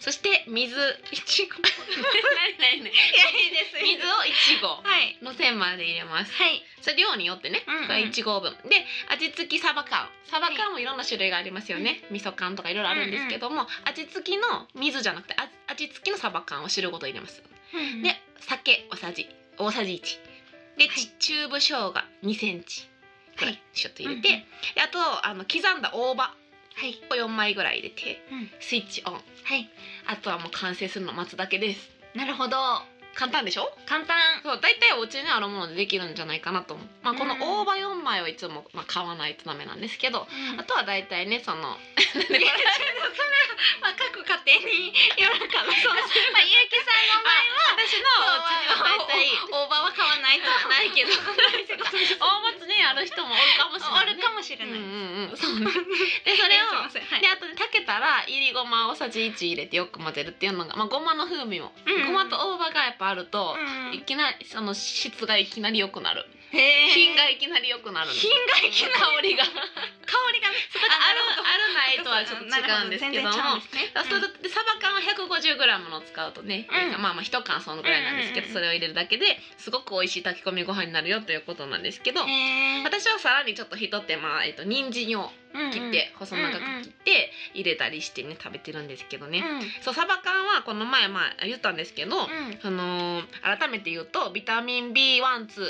[SPEAKER 2] そして水
[SPEAKER 1] い ちご。
[SPEAKER 2] 何何何
[SPEAKER 1] いやいいです
[SPEAKER 2] 水を1合
[SPEAKER 1] はい
[SPEAKER 2] の線まで入れます
[SPEAKER 1] はい
[SPEAKER 2] それ量によってね、
[SPEAKER 1] うんうん
[SPEAKER 2] これ1合分で味付きサバ缶サバ缶もいろんな種類がありますよね、味噌缶とかいろいろあるんですけども、味付きの水じゃなくてあ味付きのサバ缶を汁ごと入れます、で
[SPEAKER 1] で
[SPEAKER 2] 酒おさじ大さじ1で、
[SPEAKER 1] はい
[SPEAKER 2] ち中部生姜2センチぐら
[SPEAKER 1] はい
[SPEAKER 2] ちょっと入れて、
[SPEAKER 1] うんうん
[SPEAKER 2] であとあの刻んだ大葉
[SPEAKER 1] はい
[SPEAKER 2] を4枚ぐらい入れて
[SPEAKER 1] うん
[SPEAKER 2] スイッチオン
[SPEAKER 1] はい
[SPEAKER 2] あとはもう完成するのを待つだけです
[SPEAKER 1] なるほど
[SPEAKER 2] 簡単でしょ
[SPEAKER 1] 簡単
[SPEAKER 2] そう大体お家にあるものでできるんじゃないかなと思う、まあ、この大葉4枚をいつも、まあ、買わないとダメなんですけどあとは大体ねそのなんで笑っちゃう
[SPEAKER 1] まあ各家庭によるかなそうまあゆうきさんの場合
[SPEAKER 2] 私のお家には大体
[SPEAKER 1] 大葉は買わないとはないけど
[SPEAKER 2] 大松にある人もおるかもしれな
[SPEAKER 1] あ
[SPEAKER 2] い、
[SPEAKER 1] るかもしれ
[SPEAKER 2] うん
[SPEAKER 1] ない、
[SPEAKER 2] うんうん そうねでそれを
[SPEAKER 1] すいませんはい
[SPEAKER 2] であとね炊けたらいりごま大さじ1入れてよく混ぜるっていうのが、まあ、ごまの風味も、
[SPEAKER 1] うんうん
[SPEAKER 2] ごまと大葉がやっぱあると、
[SPEAKER 1] うん
[SPEAKER 2] いきなりその質がいきなり良くなる、
[SPEAKER 1] へー
[SPEAKER 2] 品がいきなり良くなるの
[SPEAKER 1] 品がいきなり
[SPEAKER 2] 香りがあ
[SPEAKER 1] 香りがね
[SPEAKER 2] るあるないとはちょっと違うんですけど
[SPEAKER 1] な
[SPEAKER 2] も
[SPEAKER 1] るほ全然違うんですね
[SPEAKER 2] あそれでサバ缶は 150g の使うとね、
[SPEAKER 1] うん
[SPEAKER 2] まあまあ1缶そのぐらいなんですけど、
[SPEAKER 1] うんうんうん
[SPEAKER 2] それを入れるだけですごく美味しい炊き込みご飯になるよということなんですけど、
[SPEAKER 1] うんへー
[SPEAKER 2] 私はさらにちょっとひと手間、えっと、人参を切って、細長く切って入れたりしてね食べてるんですけど
[SPEAKER 1] うん
[SPEAKER 2] ね、
[SPEAKER 1] うん
[SPEAKER 2] そうサバ缶はこの前まあ言ったんですけど、
[SPEAKER 1] うん
[SPEAKER 2] あのー改めて言うとビタミン B12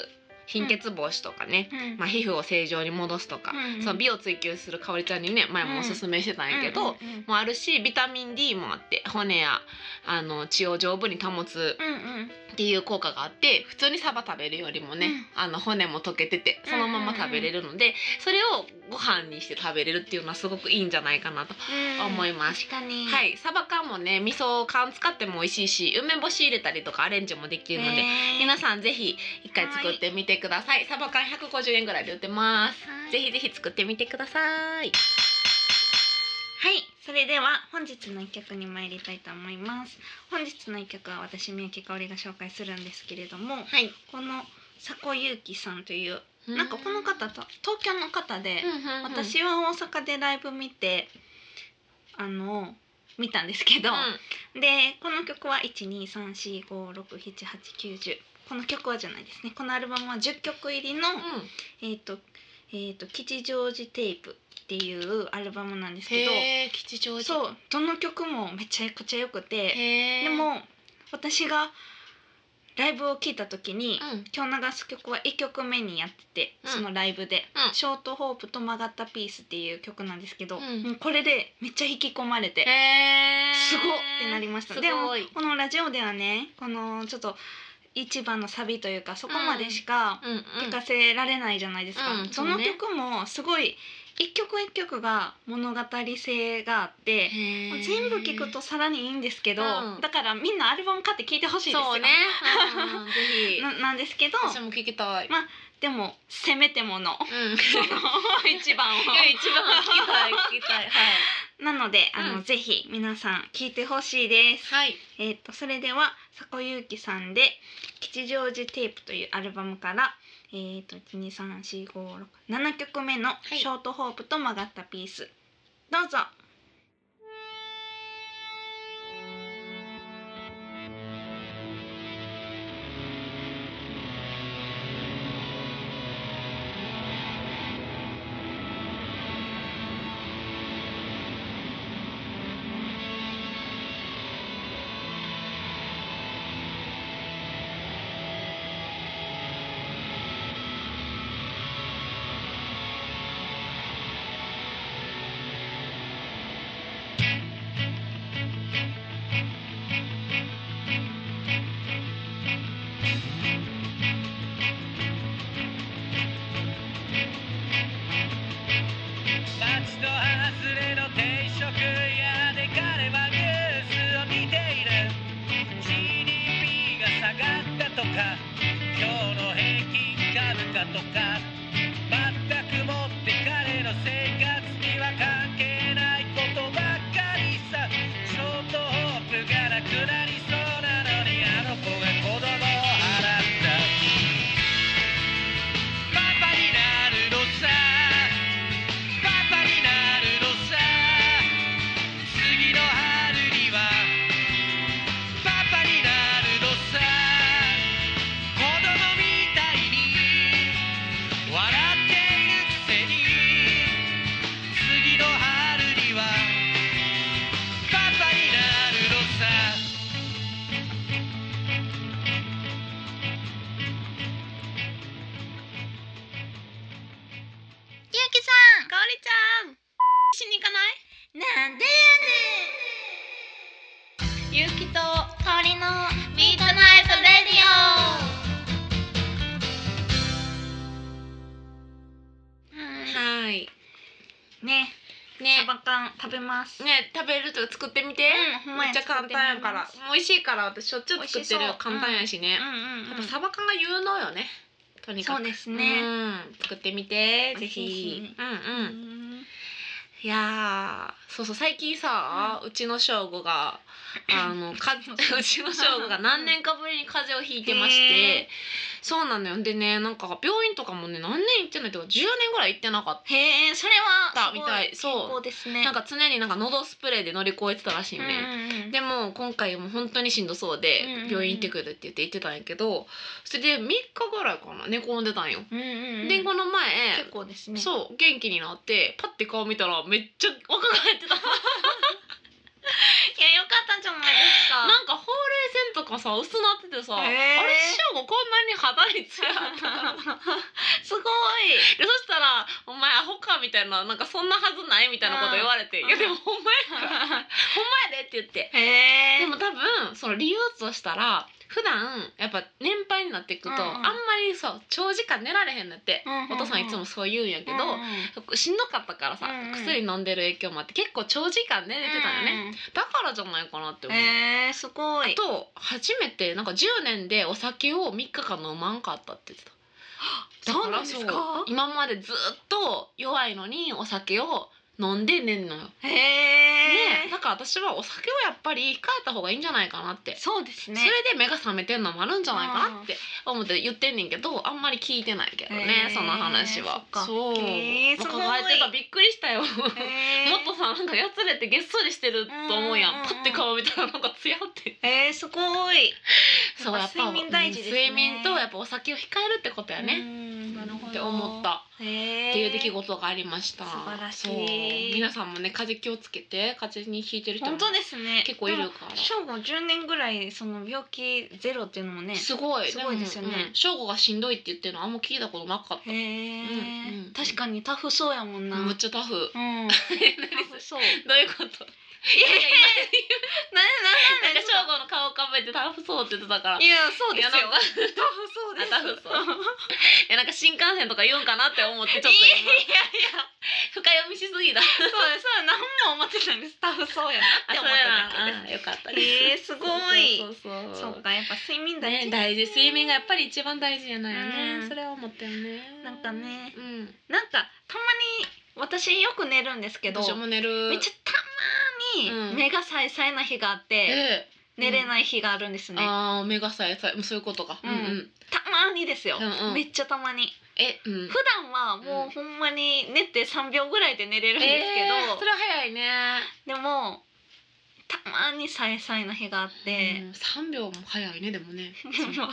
[SPEAKER 2] 貧血防止とかね、
[SPEAKER 1] うんうん
[SPEAKER 2] まあ、皮膚を正常に戻すとか、
[SPEAKER 1] うんうん
[SPEAKER 2] その美を追求するかおりちゃんにね前もおすすめしてたんやけど、
[SPEAKER 1] うんうん
[SPEAKER 2] もあるしビタミン D もあって骨やあの血を丈夫に保つ
[SPEAKER 1] うんうん
[SPEAKER 2] っていう効果があって普通にサバ食べるよりも
[SPEAKER 1] う
[SPEAKER 2] ね、
[SPEAKER 1] ん
[SPEAKER 2] あの骨も溶けててそのまま食べれるので、それをご飯にして食べれるっていうのはすごくいいんじゃないかなと、
[SPEAKER 1] うん
[SPEAKER 2] 思います
[SPEAKER 1] 確かに
[SPEAKER 2] はいいサバ缶もね味噌缶使っても美味しいし梅干し入れたりとかアレンジもできるので、皆さんぜひ一回作ってみてくださいサバ缶150円ぐらいで売ってますぜひぜひ作ってみてください
[SPEAKER 1] はい、それでは本日の一曲に参りたいと思います。本日の一曲は私みゆきかおりが紹介するんですけれども、
[SPEAKER 2] はい
[SPEAKER 1] この佐古ゆうきさんというなんかこの方と東京の方で、
[SPEAKER 2] は、
[SPEAKER 1] 私は大阪でライブ見てあの見たんですけど、でこの曲は1 2 3 4 5 6 7 8 9 10この曲はじゃないですね。このアルバムは10曲入りの、
[SPEAKER 2] うんうん
[SPEAKER 1] えっ、とえっ、と吉祥寺テープっていうアルバムなんですけど。
[SPEAKER 2] へえ吉祥寺
[SPEAKER 1] そうどの曲もめちゃくちゃ良くて
[SPEAKER 2] へえ
[SPEAKER 1] でも私がライブを聴いた時に、
[SPEAKER 2] うん
[SPEAKER 1] 今日流す曲は1曲目にやってて、
[SPEAKER 2] うん
[SPEAKER 1] そのライブで「
[SPEAKER 2] うん
[SPEAKER 1] ショートホープと曲がったピース」っていう曲なんですけど、
[SPEAKER 2] うん
[SPEAKER 1] もうこれでめっちゃ引き込まれて、
[SPEAKER 2] へえ
[SPEAKER 1] すごっってなりました
[SPEAKER 2] す
[SPEAKER 1] でも
[SPEAKER 2] ごい
[SPEAKER 1] このラジオではねこのちょっと一番のサビというかそこまでしか
[SPEAKER 2] うんうん
[SPEAKER 1] 聞かせられないじゃないですか、
[SPEAKER 2] うん
[SPEAKER 1] そ
[SPEAKER 2] そ
[SPEAKER 1] の
[SPEAKER 2] うね
[SPEAKER 1] 曲もすごい一曲一曲が物語性があって、
[SPEAKER 2] へえ
[SPEAKER 1] 全部聞くとさらにいいんですけど、
[SPEAKER 2] うん
[SPEAKER 1] だからみんなアルバム買って聞いてほしいですよ
[SPEAKER 2] そうねうんぜ ひ
[SPEAKER 1] ななんですけど
[SPEAKER 2] 私も聞きたい
[SPEAKER 1] までもせめて もの
[SPEAKER 2] うん
[SPEAKER 1] その一番を
[SPEAKER 2] いや一番聞きたい聞きたいはい
[SPEAKER 1] なのであの、
[SPEAKER 2] うん
[SPEAKER 1] ぜひ皆さん聞いてほしいです
[SPEAKER 2] はい
[SPEAKER 1] えっ、とそれでは佐古ゆうきさんで吉祥寺テープというアルバムからえっ、と1 2 3 4 5 6 7曲目の
[SPEAKER 2] い
[SPEAKER 1] ショートホープと曲がったピース、どうぞ
[SPEAKER 3] 町と外れの定食屋で彼はニュースを見ている GDP が下がったとか今日の平均株価とか全くもって彼の生活には関係ないことばっかりさショートホープがなくなりそうなのにあの子が子供を払ったパパになるのさ「パパになるのさ」「次の春には
[SPEAKER 1] なんでやねんゆうきと香りのミートナイトレディオは
[SPEAKER 2] はい
[SPEAKER 1] いね
[SPEAKER 2] ね
[SPEAKER 1] サバ缶食べます
[SPEAKER 2] ね食べるとか作ってみて、
[SPEAKER 1] うんほんまや
[SPEAKER 2] めっちゃ簡単やから
[SPEAKER 1] 作ってみ
[SPEAKER 2] 美味しいから私しょっちゅう作って
[SPEAKER 1] 美味
[SPEAKER 2] る
[SPEAKER 1] し
[SPEAKER 2] よ
[SPEAKER 1] そう
[SPEAKER 2] 簡単やしね、
[SPEAKER 1] うんうんう
[SPEAKER 2] やっぱ
[SPEAKER 1] ん
[SPEAKER 2] サバ缶が有能よねとにかく
[SPEAKER 1] そうですね
[SPEAKER 2] うん作ってみてぜ
[SPEAKER 1] 美味しいし
[SPEAKER 2] ひ
[SPEAKER 1] ね
[SPEAKER 2] うんうん
[SPEAKER 1] うん
[SPEAKER 2] いやーそうそう最近さ、うちの翔吾があ のかうちの翔吾が何年かぶりに風邪をひいてまし
[SPEAKER 1] へ
[SPEAKER 2] てそうなのよでねなんか病院とかもね何年行ってないとか10年ぐらい行ってなかっ
[SPEAKER 1] へえそれは
[SPEAKER 2] たみたい
[SPEAKER 1] すご
[SPEAKER 2] そ
[SPEAKER 1] 健康です
[SPEAKER 2] う
[SPEAKER 1] ね
[SPEAKER 2] なんか常になんか喉スプレーで乗り越えてたらしい
[SPEAKER 1] うんん
[SPEAKER 2] ね、
[SPEAKER 1] うん
[SPEAKER 2] でも今回も本当にしんどそうで
[SPEAKER 1] うんうんうん
[SPEAKER 2] 病院行ってくるって言って行ってたんやけどそれで3日ぐらいかな寝込んでたんよ。
[SPEAKER 1] うんうんうん
[SPEAKER 2] でこの前
[SPEAKER 1] 結構ですね
[SPEAKER 2] そう元気になってパッて顔見たらめっちゃ若返 ってた
[SPEAKER 1] いやよかったんじゃないですか
[SPEAKER 2] なんかほうれい線とかさ薄なってて
[SPEAKER 1] へー
[SPEAKER 2] さ、あれしょうこんなに肌につやあっ たかな
[SPEAKER 1] すごい
[SPEAKER 2] でそしたら「お前アホか」みたいな「なんかそんなはずない」みたいなこと言われて「
[SPEAKER 1] うん
[SPEAKER 2] いやでもほんまやからほんまやで」って言って。
[SPEAKER 1] へえ
[SPEAKER 2] でも多分その理由としたら普段やっぱ年配になっていくと、
[SPEAKER 1] うんうん
[SPEAKER 2] あんまりそう長時間寝られへんのって、
[SPEAKER 1] うんうんうん
[SPEAKER 2] お父さんいつもそう言うんやけど、
[SPEAKER 1] うんうん
[SPEAKER 2] しんどかったからさ、
[SPEAKER 1] うんうん
[SPEAKER 2] 薬飲んでる影響もあって結構長時間寝れてたよね、だからじゃないかなって
[SPEAKER 1] うん
[SPEAKER 2] 思う、
[SPEAKER 1] へえすごい
[SPEAKER 2] と初めてなんか10年でお酒を3日間飲まんかったって言ってた
[SPEAKER 1] そうなんです
[SPEAKER 2] だらそ
[SPEAKER 1] か
[SPEAKER 2] う今までずっと弱いのにお酒を飲んで寝んのよ、
[SPEAKER 1] へ
[SPEAKER 2] ね
[SPEAKER 1] え
[SPEAKER 2] だから私はお酒はやっぱり控えた方がいいんじゃないかなって
[SPEAKER 1] そうですね
[SPEAKER 2] それで目が覚めてんのもあるんじゃないかなって思って言ってんねんけどあんまり聞いてないけどね
[SPEAKER 1] へー
[SPEAKER 2] その話は
[SPEAKER 1] そっか
[SPEAKER 2] そう
[SPEAKER 1] へーすごい
[SPEAKER 2] 抱えてたびっくりしたよもっ
[SPEAKER 1] へえ
[SPEAKER 2] とさなんかやつれてげっそりしてると思うやん
[SPEAKER 1] うんうんうん
[SPEAKER 2] パッて顔見たらなんかツヤって
[SPEAKER 1] へえすごい
[SPEAKER 2] そうやっぱ
[SPEAKER 1] 睡眠大事ですね
[SPEAKER 2] うん睡眠とやっぱお酒を控えるってことやね
[SPEAKER 1] ねなるほど
[SPEAKER 2] って思った
[SPEAKER 1] へえ
[SPEAKER 2] っていう出来事がありました
[SPEAKER 1] 素晴らしい
[SPEAKER 2] そう皆さんもね風邪気をつけて風邪にひいてる人も
[SPEAKER 1] 本当ですね
[SPEAKER 2] 結構い
[SPEAKER 1] で
[SPEAKER 2] る
[SPEAKER 1] も
[SPEAKER 2] から
[SPEAKER 1] 正午10年ぐらいその病気ゼロっていうのもね
[SPEAKER 2] すごい
[SPEAKER 1] すごいですよね
[SPEAKER 2] もうん翔吾がしんどいって言ってるのあんま聞いたことなかっ
[SPEAKER 1] へ
[SPEAKER 2] うんう
[SPEAKER 1] え
[SPEAKER 2] ん
[SPEAKER 1] 確かにタフそうやもん
[SPEAKER 2] た
[SPEAKER 1] な
[SPEAKER 2] むっちゃタフ
[SPEAKER 1] うんタフそういや
[SPEAKER 2] どういうこと
[SPEAKER 1] いやいやな
[SPEAKER 2] なん
[SPEAKER 1] んで
[SPEAKER 2] か翔
[SPEAKER 1] なんで
[SPEAKER 2] 吾の顔をかぶってタフそうって言ってたから
[SPEAKER 1] い
[SPEAKER 2] い
[SPEAKER 1] やそうですよ
[SPEAKER 2] いやなんか
[SPEAKER 1] タフそうです
[SPEAKER 2] あタフそうやなんか新幹線とか言うんかなって思 ってちょっと今
[SPEAKER 1] いやいや
[SPEAKER 2] 深読みしすぎだ
[SPEAKER 1] そうですそうです何も思ってないですタフそうやなって思っただ
[SPEAKER 2] あよかった
[SPEAKER 1] けですへえすごい
[SPEAKER 2] そうそうそう
[SPEAKER 1] そ
[SPEAKER 2] そう
[SPEAKER 1] うかやっぱ睡眠大
[SPEAKER 2] ね
[SPEAKER 1] 事
[SPEAKER 2] 大事睡眠がやっぱり一番大事じゃないよね、
[SPEAKER 1] うん
[SPEAKER 2] それは思ったよね
[SPEAKER 1] なんかね
[SPEAKER 2] うん
[SPEAKER 1] なんかたまに私よく寝るんですけど
[SPEAKER 2] 私も寝る
[SPEAKER 1] めっちゃたま
[SPEAKER 2] う
[SPEAKER 1] に
[SPEAKER 2] ん
[SPEAKER 1] 目がさえさえな日があって、
[SPEAKER 2] え
[SPEAKER 1] 寝れ
[SPEAKER 2] い、
[SPEAKER 1] ない日があるんです
[SPEAKER 2] うん
[SPEAKER 1] ね、
[SPEAKER 2] ああ目がさえさえそういうことか
[SPEAKER 1] うんたまにですよ、
[SPEAKER 2] うんうん
[SPEAKER 1] めっちゃたまに
[SPEAKER 2] えうん
[SPEAKER 1] 普段はもうほんまに寝て3秒ぐらいで寝れるんですけ
[SPEAKER 2] えーそ
[SPEAKER 1] ど、
[SPEAKER 2] れは早いね
[SPEAKER 1] でもたまにさえさえな日があって、
[SPEAKER 2] うん、3秒も早いねでも ね
[SPEAKER 1] も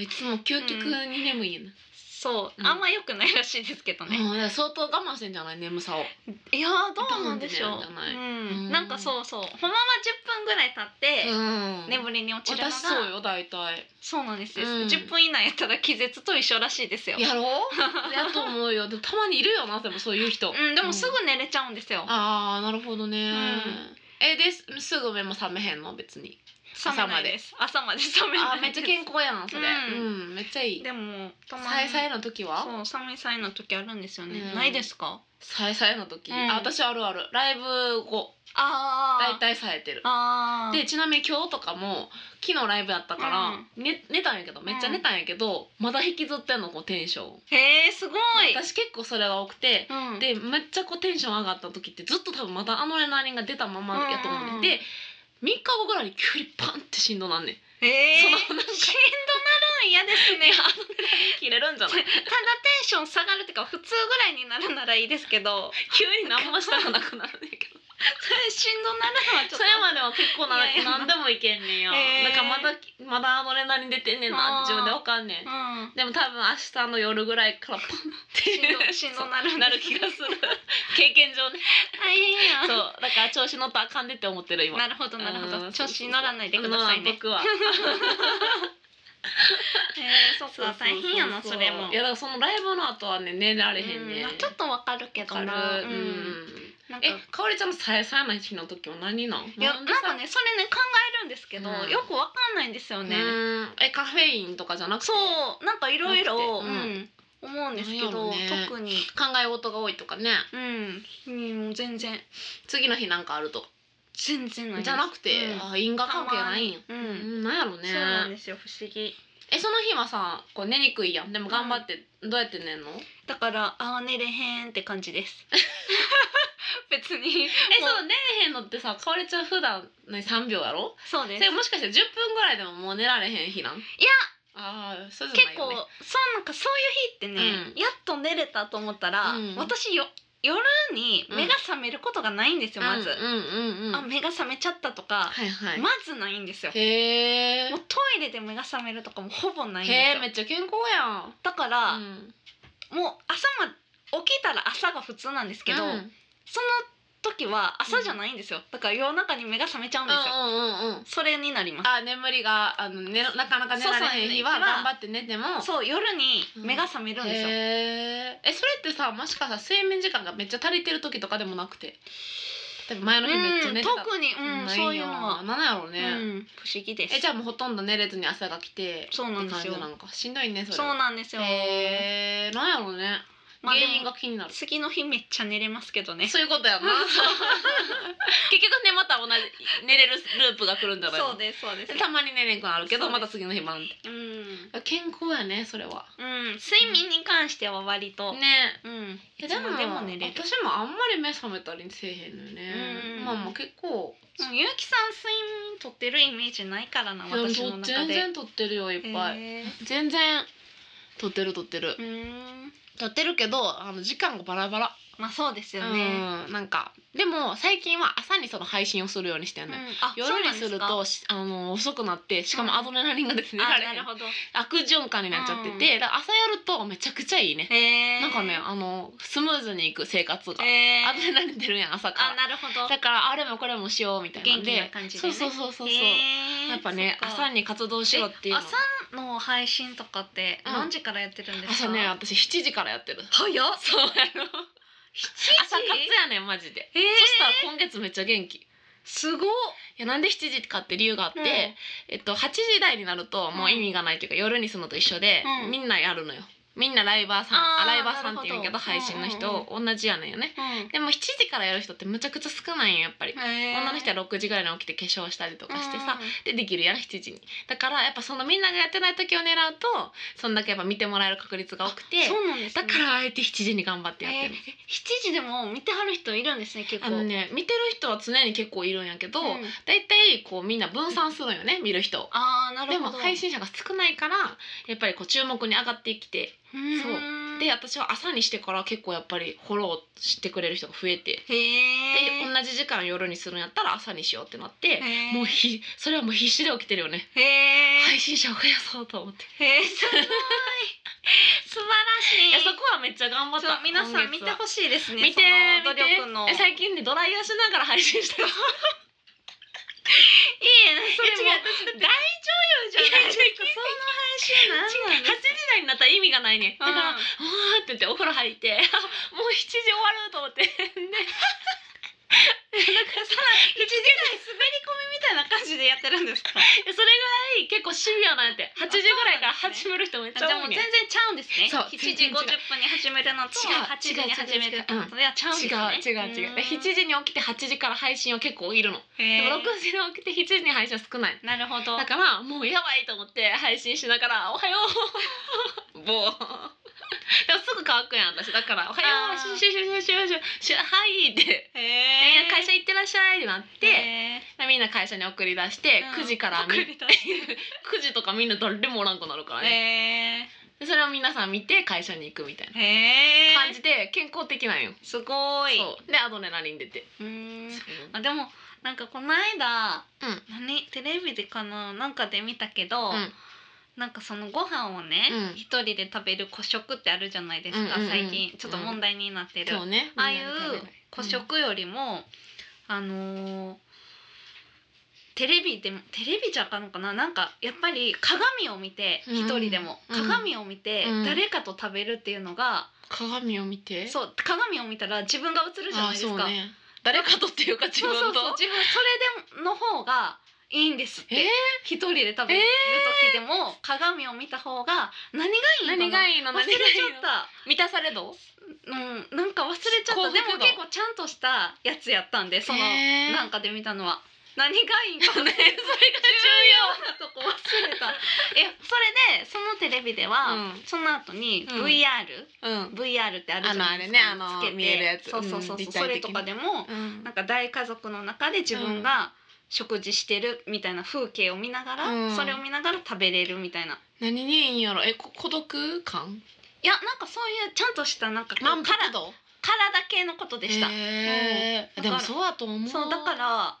[SPEAKER 1] う
[SPEAKER 2] いつも究極に眠いよね、
[SPEAKER 1] そう、
[SPEAKER 2] うん
[SPEAKER 1] あんま良くないらしいですけど
[SPEAKER 2] う
[SPEAKER 1] ね、
[SPEAKER 2] んだから相当我慢してんじゃない眠さを
[SPEAKER 1] いやーどうなんでしょう
[SPEAKER 2] ダメなんじゃない
[SPEAKER 1] うん
[SPEAKER 2] うん
[SPEAKER 1] なんかそうそうほんまは10分ぐらい経って、
[SPEAKER 2] ん
[SPEAKER 1] 眠りに落ちるのが
[SPEAKER 2] 私そうよ大体
[SPEAKER 1] そうなんですよ、
[SPEAKER 2] うん
[SPEAKER 1] 10分以内やったら気絶と一緒らしいですよ
[SPEAKER 2] やろう やと思うよでもたまにいるよなでもそういう人、
[SPEAKER 1] うん、でもすぐ寝れちゃうんですよ。
[SPEAKER 2] ああなるほどね、
[SPEAKER 1] ん
[SPEAKER 2] えですすぐ目も覚めへんの別 に
[SPEAKER 1] 冷めないす。朝まで冷め
[SPEAKER 2] あ
[SPEAKER 1] な
[SPEAKER 2] ー
[SPEAKER 1] い
[SPEAKER 2] めっちゃ健康やんそれ
[SPEAKER 1] う
[SPEAKER 2] うんん、めっちゃいい
[SPEAKER 1] でもたまに。
[SPEAKER 2] さえさえの時は
[SPEAKER 1] そう寒いさえの時あるんですよね。
[SPEAKER 2] うん
[SPEAKER 1] ないですか？
[SPEAKER 2] さえさえの時、
[SPEAKER 1] うん
[SPEAKER 2] あ私あるあるライブ後
[SPEAKER 1] あ
[SPEAKER 2] 大
[SPEAKER 1] あ。い。
[SPEAKER 2] 体さえてる
[SPEAKER 1] ああ。
[SPEAKER 2] でちなみに今日とかも昨日ライブやったから、ね、寝たんやけどめっちゃ寝たんやけど、まだ引きずってんのこうテンション
[SPEAKER 1] へえすごい。
[SPEAKER 2] 私結構それが多くて
[SPEAKER 1] うん。
[SPEAKER 2] でめっちゃこうテンション上がった時ってずっと多分まだアドレナリンが出たままやと思うね、
[SPEAKER 1] うんうんうん
[SPEAKER 2] で3日後ぐらいに急にパンってしんどなんねん
[SPEAKER 1] へえ。
[SPEAKER 2] そ
[SPEAKER 1] しん
[SPEAKER 2] の
[SPEAKER 1] ど
[SPEAKER 2] な
[SPEAKER 1] な
[SPEAKER 2] んか
[SPEAKER 1] るん嫌ですね。ただテ
[SPEAKER 2] 切れるんじゃない
[SPEAKER 1] ンション下がるっていうか普通ぐらいになるならいいですけど、
[SPEAKER 2] 急に何もしたくなくなるねんけど
[SPEAKER 1] それ しんどなるのはちょっと。
[SPEAKER 2] それまでは結構ない
[SPEAKER 1] やいや
[SPEAKER 2] 何でもいけんねんよ、
[SPEAKER 1] へー
[SPEAKER 2] だからまだまだアドレナリン出てんねんなって自分でわかんねん
[SPEAKER 1] うん。
[SPEAKER 2] でも多分明日の夜ぐらいからパンって
[SPEAKER 1] しんどしんどなるんですね
[SPEAKER 2] なる気がする経験上ね
[SPEAKER 1] 大変 やん。
[SPEAKER 2] そうだから調子乗ったらあかんでって思ってる今
[SPEAKER 1] なるほどなるほ
[SPEAKER 2] う
[SPEAKER 1] ど。
[SPEAKER 2] ん
[SPEAKER 1] 調子に乗らないでください
[SPEAKER 2] うん
[SPEAKER 1] ね。
[SPEAKER 2] 僕は
[SPEAKER 1] へえそっか大変やな
[SPEAKER 2] うう
[SPEAKER 1] そうれも
[SPEAKER 2] い。やだからそのライブの後はね寝られへん
[SPEAKER 1] うん
[SPEAKER 2] ね
[SPEAKER 1] まあちょっとわかるけど
[SPEAKER 2] わか
[SPEAKER 1] な。
[SPEAKER 2] るう
[SPEAKER 1] うんん。なんか
[SPEAKER 2] え、かおりちゃんのさえさえない日の時は何なん？
[SPEAKER 1] いや
[SPEAKER 2] な
[SPEAKER 1] なんん
[SPEAKER 2] でさ
[SPEAKER 1] かねそれね考えるんですけど、
[SPEAKER 2] うん
[SPEAKER 1] よくわかんないんですよね、
[SPEAKER 2] うんえ、カフェインとかじゃなくて、
[SPEAKER 1] そうなんかいろいろ
[SPEAKER 2] なくてうん
[SPEAKER 1] 思うんですけど、
[SPEAKER 2] なんやろね
[SPEAKER 1] 特に
[SPEAKER 2] 考え事が多いとかね。
[SPEAKER 1] うんうん全然
[SPEAKER 2] 次の日なんかあるとか
[SPEAKER 1] 全然ないです
[SPEAKER 2] じゃなくて、
[SPEAKER 1] うん
[SPEAKER 2] あ因果関係ないんや。
[SPEAKER 1] たま
[SPEAKER 2] う
[SPEAKER 1] にうん
[SPEAKER 2] ん、なんやろね。
[SPEAKER 1] そうなんですよ不思議
[SPEAKER 2] え、その日はさ、こう寝にくいやん。でも頑張ってどうやって寝んの？
[SPEAKER 1] だからあー寝れへんって感じです 別に
[SPEAKER 2] えそう寝れへんのってさかおりちゃん普段ね3秒やろ
[SPEAKER 1] そうです
[SPEAKER 2] それもしかして10分ぐらいでももう寝られへん日なんいやああそうじゃない
[SPEAKER 1] 結構
[SPEAKER 2] よ、
[SPEAKER 1] そう
[SPEAKER 2] ね、
[SPEAKER 1] なんかそういう日ってね、やっと寝れたと思ったら、
[SPEAKER 2] うん
[SPEAKER 1] 私よ夜に目が覚めることがないんですよ、まず、
[SPEAKER 2] うんうんうんうん
[SPEAKER 1] あ目が覚めちゃったとか、
[SPEAKER 2] はいはい、
[SPEAKER 1] まずないんですよ
[SPEAKER 2] へえ
[SPEAKER 1] もうトイレで目が覚めるとかもほぼないん
[SPEAKER 2] へえめ
[SPEAKER 1] ですよ
[SPEAKER 2] っちゃ健康やん
[SPEAKER 1] だから、
[SPEAKER 2] うん
[SPEAKER 1] もう朝ま起きたら朝が普通なんですけど、
[SPEAKER 2] うん、うん
[SPEAKER 1] その時は朝じゃないんですよだから夜中に目が覚めちゃうんですよ、
[SPEAKER 2] うんうんうん
[SPEAKER 1] それになります
[SPEAKER 2] あ眠りがあの、ね、なかなか寝られへん日
[SPEAKER 1] そ
[SPEAKER 2] は
[SPEAKER 1] うそう
[SPEAKER 2] 頑張って寝ても
[SPEAKER 1] そう夜に目が覚めるんですよ、
[SPEAKER 2] へーえそれってさもしかしたら睡眠時間がめっちゃ足りてる時とかでもなくて例えば前の日めっちゃ
[SPEAKER 1] う
[SPEAKER 2] 寝
[SPEAKER 1] ん、
[SPEAKER 2] てた
[SPEAKER 1] 特に、うん、そういうのは、
[SPEAKER 2] なんやろう
[SPEAKER 1] う
[SPEAKER 2] ね、
[SPEAKER 1] ん、不思議です
[SPEAKER 2] えじゃあもうほとんど寝れずに朝が来て
[SPEAKER 1] そうなんですよ
[SPEAKER 2] って感じなんかしんどいねそれ
[SPEAKER 1] そうなんですよ、
[SPEAKER 2] へえー、なんやろうね、
[SPEAKER 1] まあでも
[SPEAKER 2] 原因が気になる
[SPEAKER 1] 次の日めっちゃ寝れますけどね
[SPEAKER 2] そういうことやな 結局ねまた同じ寝れるループが来るんじゃないの
[SPEAKER 1] そうですそうです
[SPEAKER 2] でたまに寝れんくなるけど
[SPEAKER 1] そうで
[SPEAKER 2] ますた次の日バンっ
[SPEAKER 1] うん、
[SPEAKER 2] て健康やねそれは
[SPEAKER 1] うん、睡眠に関しては割と、
[SPEAKER 2] ね
[SPEAKER 1] うん
[SPEAKER 2] え
[SPEAKER 1] いつまでも寝れる
[SPEAKER 2] 私もあんまり目覚めたりせえへんのよね
[SPEAKER 1] うん
[SPEAKER 2] まあまあ結構
[SPEAKER 1] うんゆうきさん睡眠取ってるイメージないからな私
[SPEAKER 2] で
[SPEAKER 1] の
[SPEAKER 2] も
[SPEAKER 1] 中
[SPEAKER 2] 全
[SPEAKER 1] で
[SPEAKER 2] 然取ってるよいっぱい
[SPEAKER 1] へー
[SPEAKER 2] 全然取ってる取ってる
[SPEAKER 1] うーん
[SPEAKER 2] 取ってるけどあの時間がバラバラ
[SPEAKER 1] まあそうですよね、
[SPEAKER 2] うん、なんかでも最近は朝にその配信をするようにしてる
[SPEAKER 1] うん
[SPEAKER 2] のよ、
[SPEAKER 1] あ
[SPEAKER 2] 夜にする
[SPEAKER 1] そうなんで
[SPEAKER 2] としあの遅くなってしか
[SPEAKER 1] うん
[SPEAKER 2] もアドレナリンがです
[SPEAKER 1] す
[SPEAKER 2] ね、
[SPEAKER 1] か
[SPEAKER 2] ら
[SPEAKER 1] あ
[SPEAKER 2] れへん
[SPEAKER 1] なるほど
[SPEAKER 2] 悪循環になっちゃってて、だから朝やるとめちゃくちゃいいね、
[SPEAKER 1] へー
[SPEAKER 2] なんかねあのスムーズにいく生活が、
[SPEAKER 1] へー
[SPEAKER 2] アドレナリン出るやん朝か
[SPEAKER 1] あ
[SPEAKER 2] ら
[SPEAKER 1] なるほど
[SPEAKER 2] だからあれもこれもしようみたいなんで
[SPEAKER 1] 元気な感じで
[SPEAKER 2] そう
[SPEAKER 1] ね
[SPEAKER 2] そうそうそうそう、
[SPEAKER 1] へー
[SPEAKER 2] やっぱね
[SPEAKER 1] そっか
[SPEAKER 2] 朝に活動しろっていうの
[SPEAKER 1] え朝の配信とかって
[SPEAKER 2] うん
[SPEAKER 1] 何時からやってるんですか、
[SPEAKER 2] 朝ね私7時から やってる
[SPEAKER 1] 早っ
[SPEAKER 2] そうやろ朝活やねんマジで、
[SPEAKER 1] えー、
[SPEAKER 2] そしたら今月めっちゃ元気
[SPEAKER 1] すごっ
[SPEAKER 2] いやなんで7時かって理由があって、
[SPEAKER 1] うん
[SPEAKER 2] えっと、8時台になるともう意味がないというか、夜にするのと一緒で、
[SPEAKER 1] うん
[SPEAKER 2] みんなやるのよみんなライバーさん
[SPEAKER 1] あー
[SPEAKER 2] あライバーさんって言うんやけ
[SPEAKER 1] なるほど
[SPEAKER 2] ど配信の人、同じやねんよね
[SPEAKER 1] うん
[SPEAKER 2] でも7時からやる人ってむちゃくちゃ少ないんよやっぱり、
[SPEAKER 1] え
[SPEAKER 2] 女の人
[SPEAKER 1] は
[SPEAKER 2] は6時ぐらいに起きて化粧したりとかしてさ、でできるやん7時にだからやっぱそのみんながやってない時を狙うとそんだけやっぱ見てもらえる確率が多くて
[SPEAKER 1] そうなんです、ね、
[SPEAKER 2] だからあえて7時に頑張ってやってる、
[SPEAKER 1] えー7時でも見てはる人いるんですね結構
[SPEAKER 2] あのね見てる人は常に結構いるんやけど、
[SPEAKER 1] うん
[SPEAKER 2] だいたいこうみんな分散するんよね見る人を
[SPEAKER 1] あーなる
[SPEAKER 2] で
[SPEAKER 1] ほ
[SPEAKER 2] も
[SPEAKER 1] ど
[SPEAKER 2] 配信者が少ないからやっぱりこう注目に上がってきて
[SPEAKER 1] そ
[SPEAKER 2] で私は朝にしてから結構やっぱりフォローしてくれる人が増えて
[SPEAKER 1] へ
[SPEAKER 2] で
[SPEAKER 1] え
[SPEAKER 2] 同じ時間夜にするんやったら朝にしようってなって
[SPEAKER 1] へー
[SPEAKER 2] もうひそれはもう必死で起きてるよね
[SPEAKER 1] へえ、
[SPEAKER 2] 配信者を増やそうと思って
[SPEAKER 1] へ えすごい素晴らしい
[SPEAKER 2] いやそこはめっちゃ頑張っ
[SPEAKER 1] ちょ
[SPEAKER 2] た
[SPEAKER 1] 皆さん見て
[SPEAKER 2] 今月は
[SPEAKER 1] ほしいですね
[SPEAKER 2] 見て
[SPEAKER 1] その
[SPEAKER 2] 見
[SPEAKER 1] 努力の
[SPEAKER 2] てえ最近ねドライヤーしながら配信して
[SPEAKER 1] い
[SPEAKER 2] る
[SPEAKER 1] いねそれ
[SPEAKER 2] いや
[SPEAKER 1] も
[SPEAKER 2] 違
[SPEAKER 1] 大女優じゃないですかその配信なん
[SPEAKER 2] 違う8時台になったら意味がないねだから、わーって言ってお風呂入って もう7時終わると思って
[SPEAKER 1] 一時代滑り込みみたいな感じでやってるんですか
[SPEAKER 2] それぐらい結構シビアなんやって8時ぐらいから始める人めっち
[SPEAKER 1] じゃ
[SPEAKER 2] ゃ
[SPEAKER 1] あも
[SPEAKER 2] 多
[SPEAKER 1] う
[SPEAKER 2] い
[SPEAKER 1] 全
[SPEAKER 2] ね
[SPEAKER 1] 然ちゃうんですね
[SPEAKER 2] そう
[SPEAKER 1] 7時50分に始めるのと
[SPEAKER 2] 違う
[SPEAKER 1] 8時に始めるのとではちゃうんです
[SPEAKER 2] 違う違
[SPEAKER 1] ね
[SPEAKER 2] う違う7時に起きて8時から配信は結構いるの、でも6
[SPEAKER 1] で
[SPEAKER 2] 時に起きて7時に配信は少ない
[SPEAKER 1] なるほど
[SPEAKER 2] だからもうやばいと思って配信しながら「おはよう」 ぼうでもすぐ乾くやん私だから「おはよ
[SPEAKER 1] あ
[SPEAKER 2] う」シ
[SPEAKER 1] ー
[SPEAKER 2] ュシュシュシュシュシュ「はい」って
[SPEAKER 1] へ
[SPEAKER 2] 「え
[SPEAKER 1] え
[SPEAKER 2] ー会社行ってらっしゃい」ってなって、
[SPEAKER 1] で
[SPEAKER 2] みんな会社に送り出して、9時からみ9時とかみんな誰でもおらんくなるからね、
[SPEAKER 1] へ
[SPEAKER 2] でそれを皆さん見て会社に行くみたいな
[SPEAKER 1] えへえ
[SPEAKER 2] 感じで健康的なんよ、
[SPEAKER 1] すごい
[SPEAKER 2] そうでアドレナリン出て、
[SPEAKER 1] うーんあでもなんかこの間
[SPEAKER 2] うん
[SPEAKER 1] 何テレビでかななんかで見たけど、
[SPEAKER 2] うん
[SPEAKER 1] なんかそのご飯をね
[SPEAKER 2] うん
[SPEAKER 1] 一、人で食べる孤食ってあるじゃないですか、
[SPEAKER 2] うんうんうん
[SPEAKER 1] 最近ちょっと問題になってる、
[SPEAKER 2] そうね
[SPEAKER 1] ああいう
[SPEAKER 2] みんなで食べない
[SPEAKER 1] 孤食よりも、あのーテレビでもテレビじゃあかんのかななんかやっぱり鏡を見て
[SPEAKER 2] うん
[SPEAKER 1] 一人でも、
[SPEAKER 2] うん
[SPEAKER 1] 鏡を見て
[SPEAKER 2] うん
[SPEAKER 1] 誰かと食べるっていうのが、
[SPEAKER 2] 鏡を見て
[SPEAKER 1] そう鏡を見たら自分が映るじゃないです
[SPEAKER 2] あ
[SPEAKER 1] か、
[SPEAKER 2] そうね誰かとっていうか自
[SPEAKER 1] そうそう
[SPEAKER 2] 分と
[SPEAKER 1] そう自分それでもの方がいいんですって、
[SPEAKER 2] えー
[SPEAKER 1] 一人で食べる時でも鏡を見た方が何がいいの
[SPEAKER 2] 何
[SPEAKER 1] かな
[SPEAKER 2] がいいの
[SPEAKER 1] 忘れ
[SPEAKER 2] 何がい
[SPEAKER 1] ち
[SPEAKER 2] い
[SPEAKER 1] ゃっ
[SPEAKER 2] の
[SPEAKER 1] た
[SPEAKER 2] 満たされど
[SPEAKER 1] うん、なんか忘れちゃった
[SPEAKER 2] 幸福
[SPEAKER 1] でも
[SPEAKER 2] 度
[SPEAKER 1] 結構ちゃんとしたやつやったんでその
[SPEAKER 2] へー
[SPEAKER 1] なんかで見たのは何がいいんか
[SPEAKER 2] そうね
[SPEAKER 1] ね重要なとこ忘れ たいやそれでそのテレビでは、
[SPEAKER 2] うん
[SPEAKER 1] その後に
[SPEAKER 2] うん
[SPEAKER 1] VR、
[SPEAKER 2] うん、
[SPEAKER 1] VR ってあるじゃないです
[SPEAKER 2] あのあれねあの
[SPEAKER 1] つけて
[SPEAKER 2] 見えるやつ
[SPEAKER 1] そうそうそう
[SPEAKER 2] うん
[SPEAKER 1] そう
[SPEAKER 2] 立
[SPEAKER 1] そ
[SPEAKER 2] 体
[SPEAKER 1] れ
[SPEAKER 2] 的
[SPEAKER 1] と
[SPEAKER 2] に
[SPEAKER 1] かでも
[SPEAKER 2] うん
[SPEAKER 1] なんか大家族の中で自分が食事してるみたいな風景を見ながら、
[SPEAKER 2] うん
[SPEAKER 1] それを見ながら食べれるみたいな
[SPEAKER 2] 何にいいんやろえこ孤独感
[SPEAKER 1] いやなんかそういうちゃんとしたなんかこう
[SPEAKER 2] 満
[SPEAKER 1] 体
[SPEAKER 2] 腹度
[SPEAKER 1] 体系のことでした、
[SPEAKER 2] へー
[SPEAKER 1] うん
[SPEAKER 2] で
[SPEAKER 1] だか
[SPEAKER 2] も
[SPEAKER 1] ら
[SPEAKER 2] そうやと思う
[SPEAKER 1] そうだから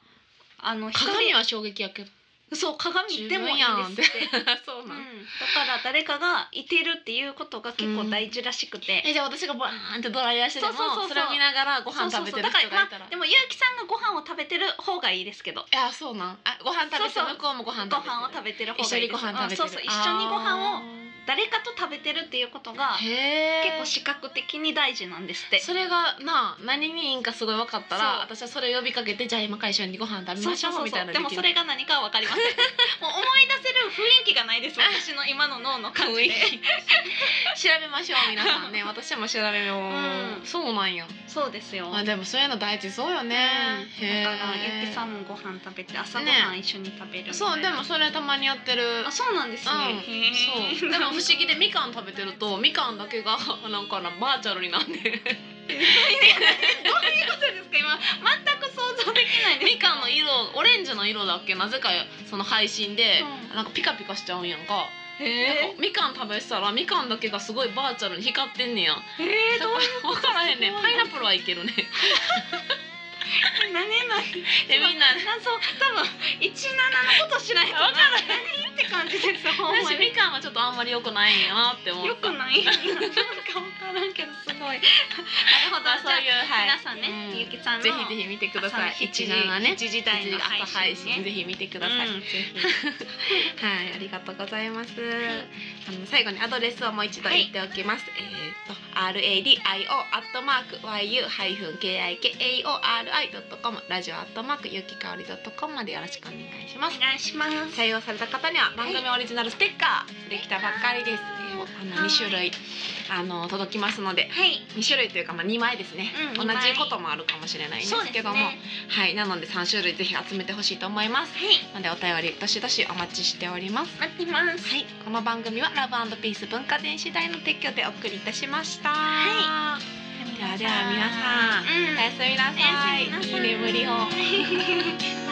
[SPEAKER 1] あの一人
[SPEAKER 2] 鏡は衝撃やけど
[SPEAKER 1] そう鏡でもいいんですって、
[SPEAKER 2] そう
[SPEAKER 1] うん、だから誰かがいてるっていうことが結構大事らしくて、
[SPEAKER 2] えじゃあ私がバーンってドライヤーしてても
[SPEAKER 1] そうそうそうそう
[SPEAKER 2] それを見ながらご飯
[SPEAKER 1] そう
[SPEAKER 2] 食
[SPEAKER 1] そう
[SPEAKER 2] べ
[SPEAKER 1] そう
[SPEAKER 2] てる人がいたら
[SPEAKER 1] だから、まあ、でも結城さんがご飯を食べてる方がいいですけど
[SPEAKER 2] いやそうなんあご飯食べて
[SPEAKER 1] そうそう
[SPEAKER 2] 向こうもご
[SPEAKER 1] ご
[SPEAKER 2] 飯食べてる
[SPEAKER 1] 飯を食べてる方がいい
[SPEAKER 2] 一緒にご飯食べてる、
[SPEAKER 1] うんそうそう一緒にご飯を誰かと食べてるっていうことが
[SPEAKER 2] あーへ
[SPEAKER 1] 結
[SPEAKER 2] ー
[SPEAKER 1] 構視覚的に大事なんですって
[SPEAKER 2] それがなあ何にいいんかすごい分かったら
[SPEAKER 1] そう
[SPEAKER 2] 私はそれを呼びかけてじゃあ今から一緒にご飯食べましょうみたいな
[SPEAKER 1] でもそれが何かは分かりません もう思い出せる雰囲気がない です私の今の脳の感じで
[SPEAKER 2] 調べましょう皆さ んね私も調べよう、
[SPEAKER 1] うん
[SPEAKER 2] そうなんや
[SPEAKER 1] そうですよ
[SPEAKER 2] あでもそういうの大事そうよねへ
[SPEAKER 1] だ
[SPEAKER 2] ー
[SPEAKER 1] からゆきさんもご飯食べて朝ごはん一緒に食べるみたいな、
[SPEAKER 2] そうでもそれたまにやってる
[SPEAKER 1] あそうなんですね、
[SPEAKER 2] うん
[SPEAKER 1] へー
[SPEAKER 2] そうでも不思議でみかん食べてるとみかんだけが なんかなバーチャルになんで
[SPEAKER 1] そうですか今全く想像できないです
[SPEAKER 2] みかんの色オレンジの色だっけなぜかその配信で
[SPEAKER 1] うん
[SPEAKER 2] なんかピカピカしちゃうんやんかなん
[SPEAKER 1] へ
[SPEAKER 2] かみかん食べてたらみかんだけがすごいバーチャルに光ってんねや
[SPEAKER 1] ええ
[SPEAKER 2] だから分からへん
[SPEAKER 1] す
[SPEAKER 2] ね
[SPEAKER 1] ごいな
[SPEAKER 2] パイナップルはいけるね
[SPEAKER 1] 何何
[SPEAKER 2] でみんな
[SPEAKER 1] そう多分一七のことしないと
[SPEAKER 2] わか
[SPEAKER 1] から何って感じですほん ま
[SPEAKER 2] 私み
[SPEAKER 1] に
[SPEAKER 2] かんはちょっとあんまり良くないんやなって思った
[SPEAKER 1] よくないなんか分からんけど すごいなるほど
[SPEAKER 2] まあ
[SPEAKER 1] じゃあ
[SPEAKER 2] そういうはい
[SPEAKER 1] 皆さんね、
[SPEAKER 2] うん
[SPEAKER 1] ゆきさんの
[SPEAKER 2] ぜひぜひ見てください
[SPEAKER 1] 朝の7時
[SPEAKER 2] 17ね
[SPEAKER 1] 7時台の配信ね
[SPEAKER 2] 朝ぜひ見てください、
[SPEAKER 1] うん
[SPEAKER 2] ぜ ひはいありがとうございます、あの最後にアドレスをもう一度言っておきます、えー、と RADIO アットマーク YU-KIKAORI.com ラジオアットマークゆきかおり .com までよろしくお願いします
[SPEAKER 1] お願いします
[SPEAKER 2] 採用された方には番組オリジナルステッカーできたばっかりです、えーあの2種類あの届きますので
[SPEAKER 1] はい
[SPEAKER 2] 2種類というか、まあ、2枚ですね、
[SPEAKER 1] うん
[SPEAKER 2] 同
[SPEAKER 1] 二枚
[SPEAKER 2] じこともあるかもしれないんです
[SPEAKER 1] そうです
[SPEAKER 2] け
[SPEAKER 1] ね
[SPEAKER 2] ども、はいなので3種類ぜひ集めてほしいと思います
[SPEAKER 1] はい
[SPEAKER 2] なのでお便りどしどしお待ちしております
[SPEAKER 1] 待ってます
[SPEAKER 2] はいこの番組はラブピース文化電子台の提供でお送りいたしました
[SPEAKER 1] はで
[SPEAKER 2] ではでは皆さん
[SPEAKER 1] うん
[SPEAKER 2] おやすみなさい
[SPEAKER 1] おやすみなさい
[SPEAKER 2] いい眠りを
[SPEAKER 1] バイ